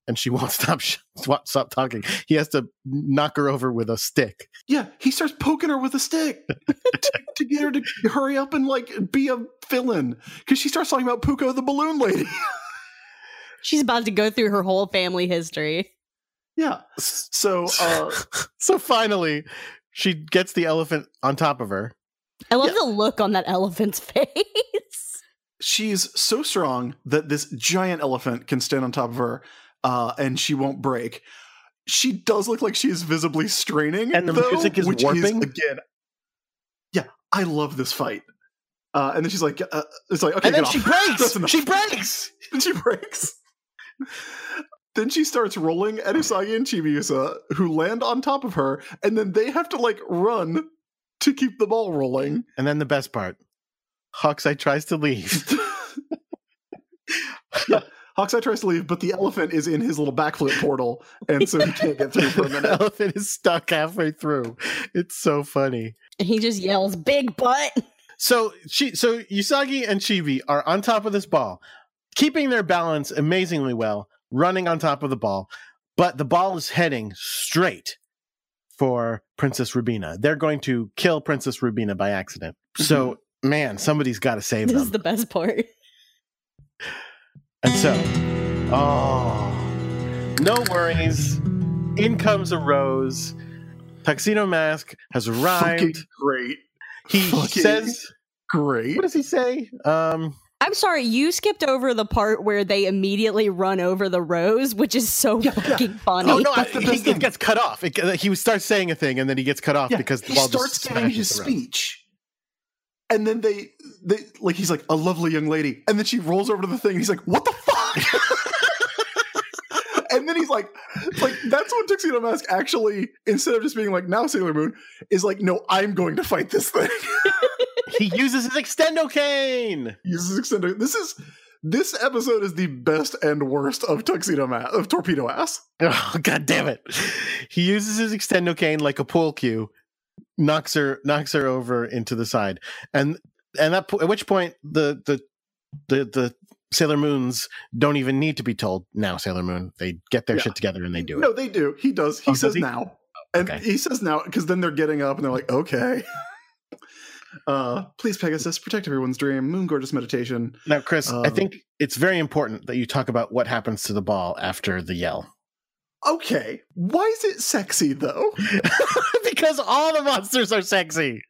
and she won't stop, sh- won't stop talking. He has to knock her over with a stick.
yeah, he starts poking her with a stick to, to get her to hurry up and like be a villain because she starts talking about Puko the balloon lady.
She's about to go through her whole family history.
yeah, so uh,
so finally, she gets the elephant on top of her.
I love the look on that elephant's face.
she's so strong that this giant elephant can stand on top of her uh, and she won't break. She does look like she is visibly straining,
And the
though,
music is
which
warping?
again. Yeah, I love this fight. Uh, and then she's like, uh, "It's like okay."
and then
get
she
off. That's
breaks.
enough.
She breaks.
and she breaks. then she starts rolling at Isagi and Chibiusa, who land on top of her, and then they have to like run to keep the ball rolling.
And then the best part, Hawkeye tries to leave.
yeah, Hawkeye tries to leave, but the elephant is in his little backflip portal, and so he can't get through for
the
a minute.
elephant is stuck halfway through. It's so funny.
And he just yells, big butt.
So she, so Usagi and Chibi are on top of this ball, keeping their balance amazingly well, running on top of the ball, but the ball is heading straight for Princess Rubina. They're going to kill Princess Rubina by accident. So
Mm-hmm.
man, somebody's got to save
This is
them.
the best part.
and so, oh, no worries. In comes a rose. Tuxedo Mask has
Fucking
arrived.
great,
He
fucking-
says.
great.
What does he say? Um,
I'm sorry, you skipped over the part where they immediately run over the rose, which is so
Yeah, yeah.
fucking funny.
Oh, no,
I-
That's the
he-
best
it
thing.
gets cut off. It, he starts saying a thing and then he gets cut off
Yeah,
because the
he
ball
starts
just
giving his
smashes the road.
speech, and then they they like he's like a lovely young lady, and then she rolls over to the thing, and he's like, "What the fuck." And then he's like, like that's when Tuxedo Mask actually, instead of just being like now Sailor Moon, is like, no, I'm going to fight this thing.
He uses his extendo cane.
uses extended. This is this episode is the best and worst of Tuxedo Mask of Torpedo Ass.
Oh, God damn it. He uses his extendo cane like a pool cue, knocks her knocks her over into the side. And and that po- at which point the the the the Sailor Moons don't even need to be told now Sailor Moon. They get their
Yeah.
shit together and they do
No, they do. He does. He
Oh, does
says
he?
now, and
Okay.
he says now because then they're getting up and they're like, okay. Uh, please, Pegasus, protect everyone's dream. Moon gorgeous meditation.
it. Now Chris, I
Um,
think it's very important that you talk about what happens to the ball after the yell.
Okay, why is it sexy though?
because all the monsters are sexy.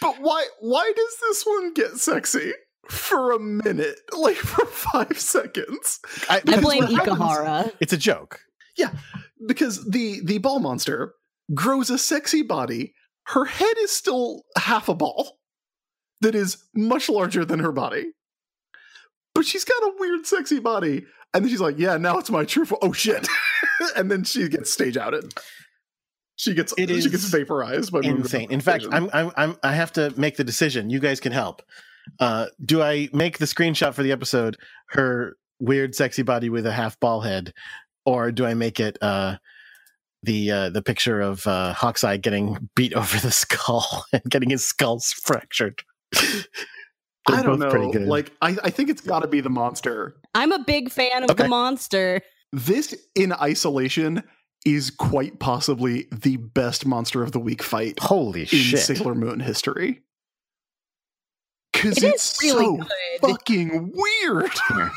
But why? Why does this one get sexy for a minute, like for five seconds?
I,
I
Because
blame
what happens-
Ikahara.
it's a joke.
because the the ball monster grows a sexy body her head is still half a ball that is much larger than her body but she's got a weird sexy body and then she's like yeah now it's my true fo- oh shit and then she gets stage outed she gets
It is
she gets vaporized by Moon
Insane. In fact,
Vision.
I'm, I'm I'm I have to make the decision. You guys can help. Uh, do I make the screenshot for the episode her weird sexy body with a half ball head, or do I make it uh, the uh, the picture of uh, Hawkeye getting beat over the skull and getting his skull fractured? They're
I
both
don't know
pretty good.
like I, I think it's got to be the monster
I'm a big fan of
Okay.
the monster.
this in isolation is quite possibly the best monster of the week fight
holy
in
shit!
Sailor Moon history. Because
It
it's
is really
so
good.
fucking weird.
Yeah.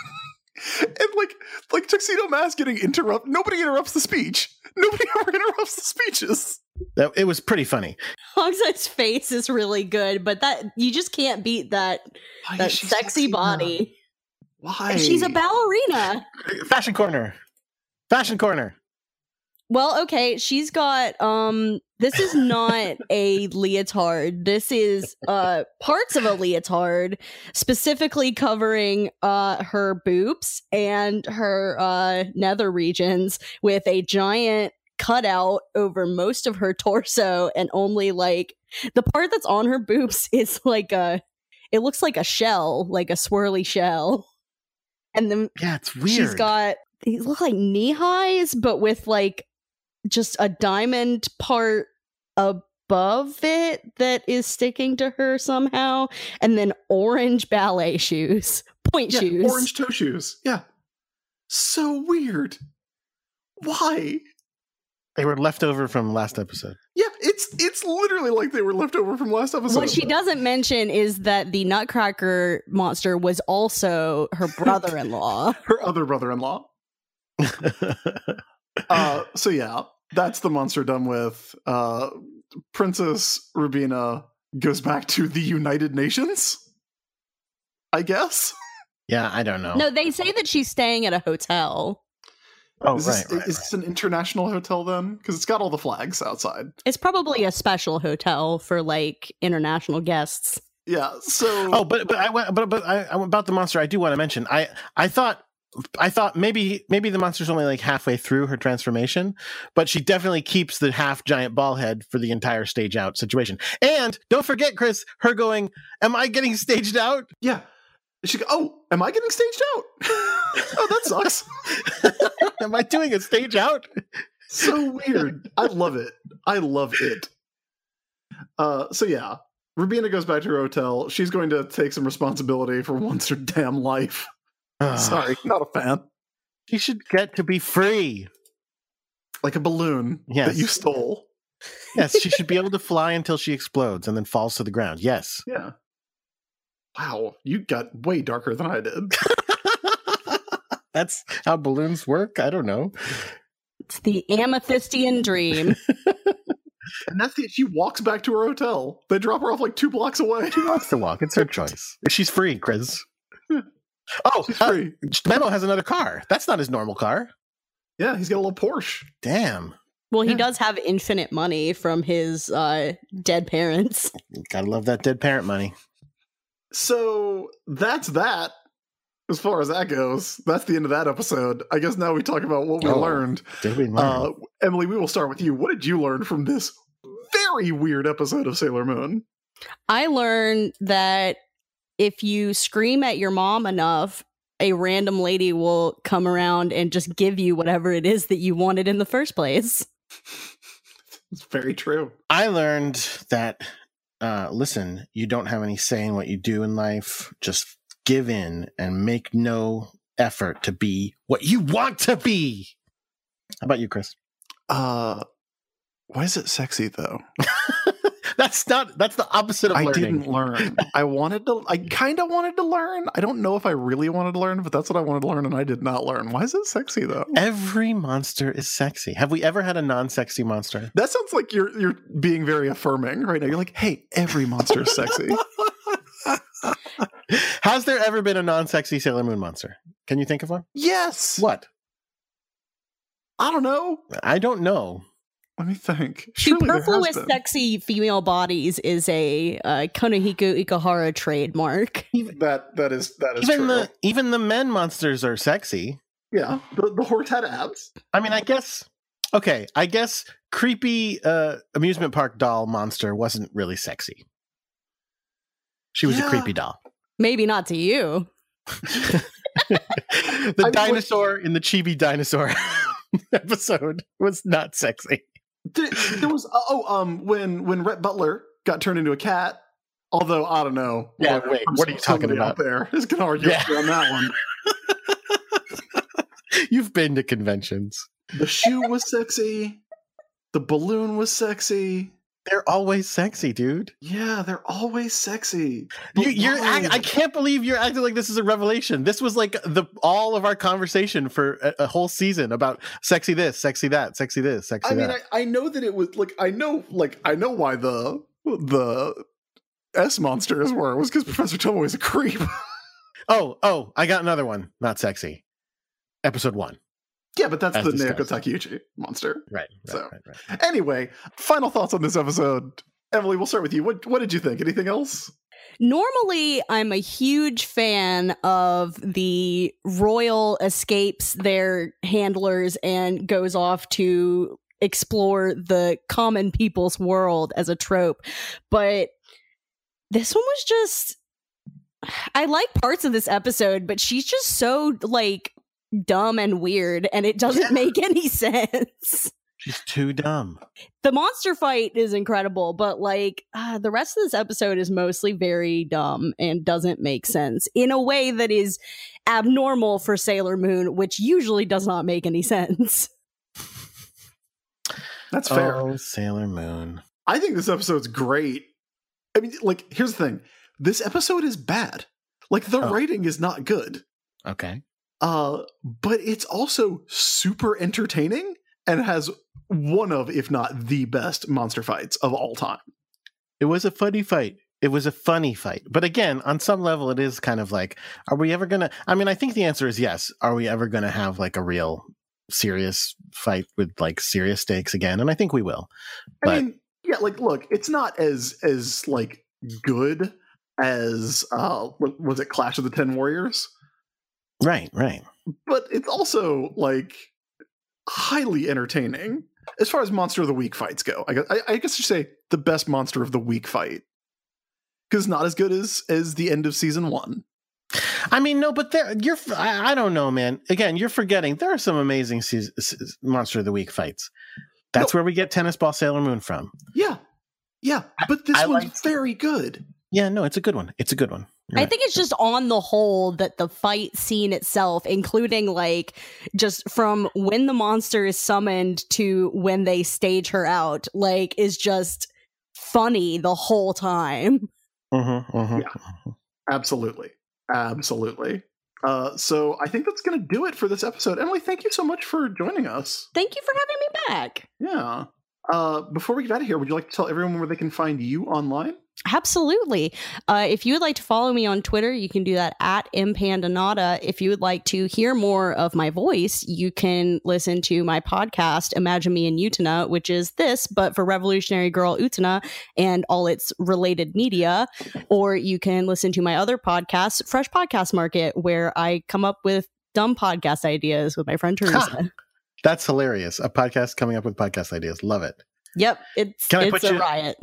and like like Tuxedo Mask getting interrupt nobody interrupts the speech. Nobody ever interrupts the speeches.
That- it was pretty funny.
Hogside's face is really good, but that you just can't beat that
Why
that
is she
sexy,
now?
body.
Why?
She's a ballerina.
Fashion corner. Fashion corner.
Well, okay, she's got um this is not a leotard. This is uh parts of a leotard specifically covering uh her boobs and her uh nether regions with a giant cutout over most of her torso and only like the part that's on her boobs is like a it looks like a shell, like a swirly shell. And then
Yeah, it's weird.
She's got they look like knee highs, but with like just a diamond part above it that is sticking to her somehow, and then orange ballet shoes, point
Yeah,
shoes.
Orange toe shoes. Yeah. So weird. Why?
They were left over from last episode.
Yeah, it's it's literally like they were left over from last episode.
What she doesn't mention is that the Nutcracker monster was also her brother-in-law.
Her other brother-in-law. Uh, so yeah, that's the monster done with. Uh, Princess Rubina goes back to the United Nations. I guess.
yeah, I don't
Oh.
know.
no, they say that she's staying at a hotel.
oh,
is
right.
this,
right,
is this an international hotel then? Because it's got all the flags outside.
It's probably a special hotel for like international guests.
Yeah. So
right. Oh, but but I wa- but but I, I- about the monster. I do want to mention. I I thought I thought maybe maybe the monster's only like halfway through her transformation, but she definitely keeps the half giant ball head for the entire stage out situation. And don't forget, Chris, her going. Am I getting staged out?
yeah. She go, oh, am I getting staged out? oh, that sucks.
am I doing a stage out?
so weird. I love it. I love it. Uh, so yeah, Rubina goes back to her hotel. She's going to take some responsibility for once her damn life. Sorry, not a fan.
She should get to be free.
Like a balloon
Yes.
that you stole.
Yes, she should be able to fly until she explodes and then falls to the ground. Yes.
Yeah. Wow, you got way darker than I did.
That's how balloons work. I don't know.
It's the amethystian dream.
And that's it. She walks back to her hotel. They drop her off like two blocks away.
She wants to walk. It's her choice. She's free, Chris. Oh,
She's
uh,
free.
Memo has another car. That's not his normal car.
Yeah, he's got a little Porsche.
Damn.
Well, he
Yeah.
does have infinite money from his uh, dead parents.
Gotta love that dead parent money.
So that's that. As far as that goes, that's the end of that episode. I guess now we talk about what we
Oh.
learned.
Did we learn?
Uh, Emily, we will start with you. What did you learn from this very weird episode of Sailor Moon?
I learned that if you scream at your mom enough, a random lady will come around and just give you whatever it is that you wanted in the first place.
It's very true.
I learned that uh, listen, you don't have any say in what you do in life. Just give in and make no effort to be what you want to be. How about you, Chris?
Uh, why is it sexy though?
That's not. That's the opposite of
I
learning.
didn't learn. I wanted to. I kind of wanted to learn. I don't know if I really wanted to learn, but that's what I wanted to learn, and I did not learn. Why is it sexy though?
Every monster is sexy. Have we ever had a non-sexy monster?
That sounds like you're you're being very affirming right now. You're like, hey, every monster is sexy.
Has there ever been a non-sexy Sailor Moon monster? Can you think of one?
yes.
What?
I don't know.
I don't know.
Let me think.
Superfluous sexy female bodies is a uh, Konohiko Ikahara trademark.
That that is that is
even
true.
the even the men monsters are sexy.
yeah, the, the horse had abs.
I mean, I guess. Okay, I guess creepy uh, amusement park doll monster wasn't really sexy. She was a
Yeah.
creepy doll.
Maybe not to you.
the
what-
dinosaur in the Chibi Dinosaur episode was not sexy.
There, there was oh um when when Rhett Butler got turned into a cat. Although I don't know.
Yeah,
Whatever.
wait,
I'm
what are you
sure somebody
talking
out There is gonna argue
Yeah.
with me on that one.
You've been to conventions.
The shoe was sexy. The balloon was sexy.
They're always sexy, dude.
Yeah, they're always sexy.
You,
But
you're
why?
act, I can't believe you're acting like this is a revelation. This was like the all of our conversation for a, a whole season about sexy this, sexy that, sexy this, sexy
I mean,
that.
I, I know that it was like I know like I know why the the S monsters were was because Professor Tomoe is a creep.
Oh, oh, I got another one. Not sexy. Episode one.
yeah, but that's
As
the
discussed.
Naoko Takeuchi monster.
Right.
So.
right.
Anyway, final thoughts on this episode. Emily, we'll start with you. What what did you think? Anything else?
Normally, I'm a huge fan of the royal escapes their handlers and goes off to explore the common people's world as a trope. But this one was just. I like parts of this episode, but she's just so like dumb and weird and it doesn't make any sense.
She's too dumb.
The monster fight is incredible, but like uh, the rest of this episode is mostly very dumb and doesn't make sense in a way that is abnormal for Sailor Moon, which usually does not make any sense.
That's fair.
Oh, Sailor Moon.
I think this episode's great. I mean, like, here's the thing this episode is bad. Like, the
Oh.
writing is not good,
Okay.
uh, but it's also super entertaining and has one of, if not the best monster fights of all time.
It was a funny fight. It was a funny fight. But again, on some level, it is kind of like, are we ever going to? I mean, I think the answer is yes. Are we ever going to have like a real serious fight with like serious stakes again? And I think we will.
I
But-
mean, yeah, like, look, it's not as, as, like, good as, uh, what was it Clash of the Ten Warriors?
Right, right.
but it's also like highly entertaining as far as monster of the week fights go. I guess I, I guess you say the best monster of the week fight because not as good as as the end of season one.
I mean, no, but there, you're, I, I don't know, man. Again, you're forgetting there are some amazing seas- s- Monster of the Week fights. That's where we get Tennis Ball Sailor Moon from.
Yeah, yeah, but this
I
one's
liked-
very good.
Yeah, no, it's a good one. It's a good one. You're
I
right.
think it's just on the whole that the fight scene itself, including like just from when the monster is summoned to when they stage her out, like is just funny the whole time.
Mhm, mhm.
Absolutely, absolutely. Uh, so I think that's gonna do it for this episode. Emily, thank you so much for joining us.
Thank you for having me back.
Yeah. Uh, before we get out of here, would you like to tell everyone where they can find you online?
Absolutely. Uh, if you would like to follow me on Twitter, you can do that at mpandanata. If you would like to hear more of my voice, you can listen to my podcast, Imagine Me in Utana, which is this, but for Revolutionary Girl Utana and all its related media. Or you can listen to my other podcast, Fresh Podcast Market, where I come up with dumb podcast ideas with my friend Teresa.
That's hilarious. A podcast coming up with podcast ideas. Love it.
yep, it's,
Can I
it's
put
a
you-
riot.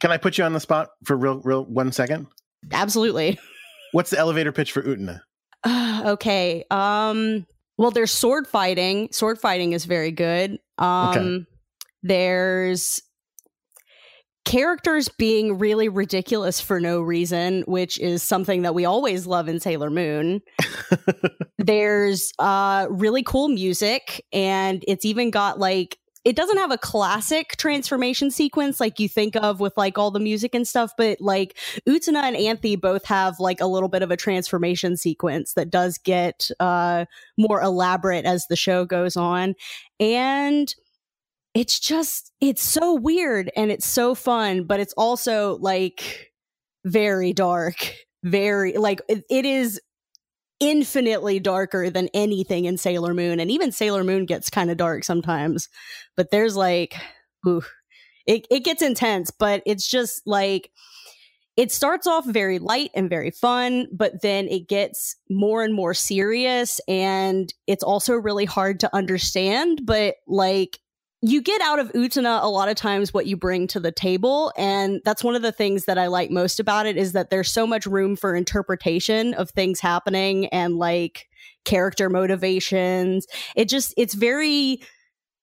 Can I put you on the spot for real, real one second?
Absolutely.
What's the elevator pitch for Utna?
okay. Um well there's sword fighting. Sword fighting is very good. Um there's characters being really ridiculous for no reason, which is something that we always love in Sailor Moon. there's uh really cool music and it's even got like it doesn't have a classic transformation sequence like you think of with like all the music and stuff, but like Utana and Anthe both have like a little bit of a transformation sequence that does get uh, more elaborate as the show goes on. And it's just, it's so weird and it's so fun, but it's also like very dark, very, like, it, it is infinitely darker than anything in Sailor Moon. And even Sailor Moon gets kind of dark sometimes, but there's like, oof, it, it gets intense, but it's just like, it starts off very light and very fun, but then it gets more and more serious. And it's also really hard to understand. But like, you get out of Utana a lot of times what you bring to the table. And that's one of the things that I like most about it is that there's so much room for interpretation of things happening and like character motivations. It just, it's very,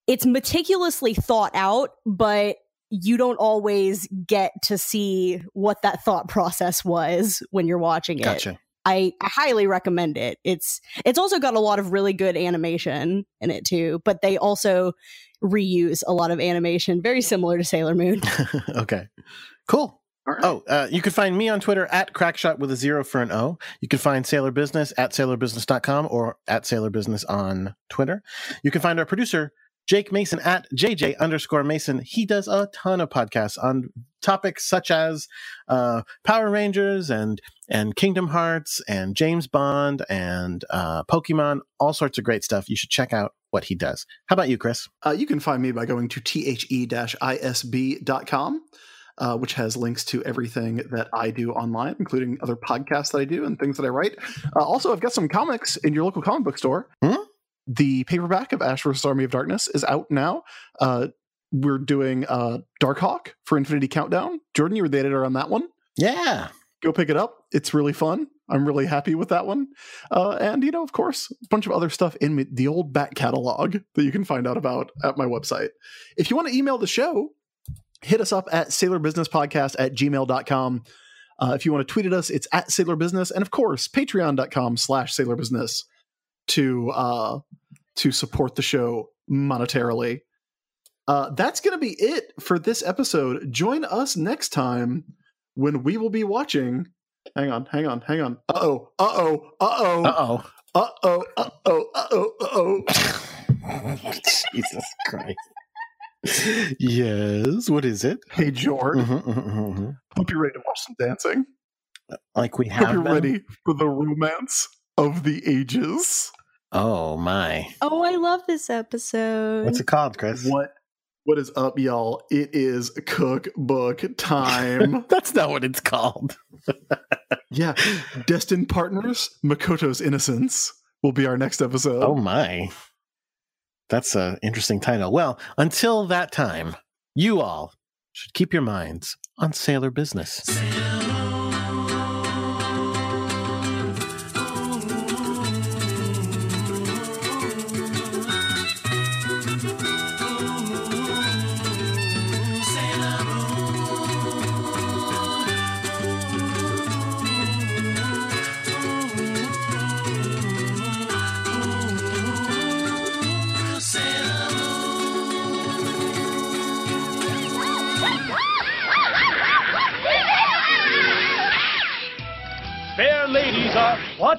it's meticulously thought out, but you don't always get to see what that thought process was when you're watching it.
Gotcha.
I, I highly recommend it. It's it's also got a lot of really good animation in it too, but they also reuse a lot of animation very similar to Sailor Moon.
okay. Cool.
All right.
Oh, uh, you can find me on Twitter at crackshot with a zero for an O. You can find Sailor Business at sailorbusiness.com or at Sailor Business on Twitter. You can find our producer, Jake Mason at JJ underscore Mason. He does a ton of podcasts on topics such as uh, Power Rangers and and Kingdom Hearts and James Bond and uh, Pokemon, all sorts of great stuff. You should check out what he does. How about you, Chris?
Uh, you can find me by going to the-isb.com, uh, which has links to everything that I do online, including other podcasts that I do and things that I write. Uh, also, I've got some comics in your local comic book store.
Hmm?
The paperback of Ash vs. Army of Darkness is out now. Uh, we're doing uh, Darkhawk for Infinity Countdown. Jordan, you were the editor on that one.
Yeah.
Go pick it up. It's really fun. I'm really happy with that one. Uh, and, you know, of course, a bunch of other stuff in me- the old back catalog that you can find out about at my website. If you want to email the show, hit us up at sailorbusinesspodcast at gmail.com. Uh, if you want to tweet at us, it's at sailorbusiness. And, of course, patreon.com slash sailorbusiness to, uh, to support the show monetarily. Uh, that's going to be it for this episode. Join us next time when we will be watching. Hang on, hang on, hang on. Uh oh, uh oh, uh oh,
Uh oh.
uh oh, uh oh, uh oh, uh oh.
Jesus Christ. yes. What is it?
Hey, George,
Mhm, mhm, mhm, mhm.
hope you're ready to watch some dancing.
Like we
Hope
have.
you're
been?
ready for the romance of the ages.
Oh my.
Oh, I love this episode.
What's it called, Chris?
What? What is up, y'all? It is cookbook time.
That's not what it's called.
yeah, Destined Partners, Makoto's Innocence will be our next episode.
Oh my. That's an interesting title. Well, until that time, you all should keep your minds on sailor business.
Wow.
Fair ladies are what?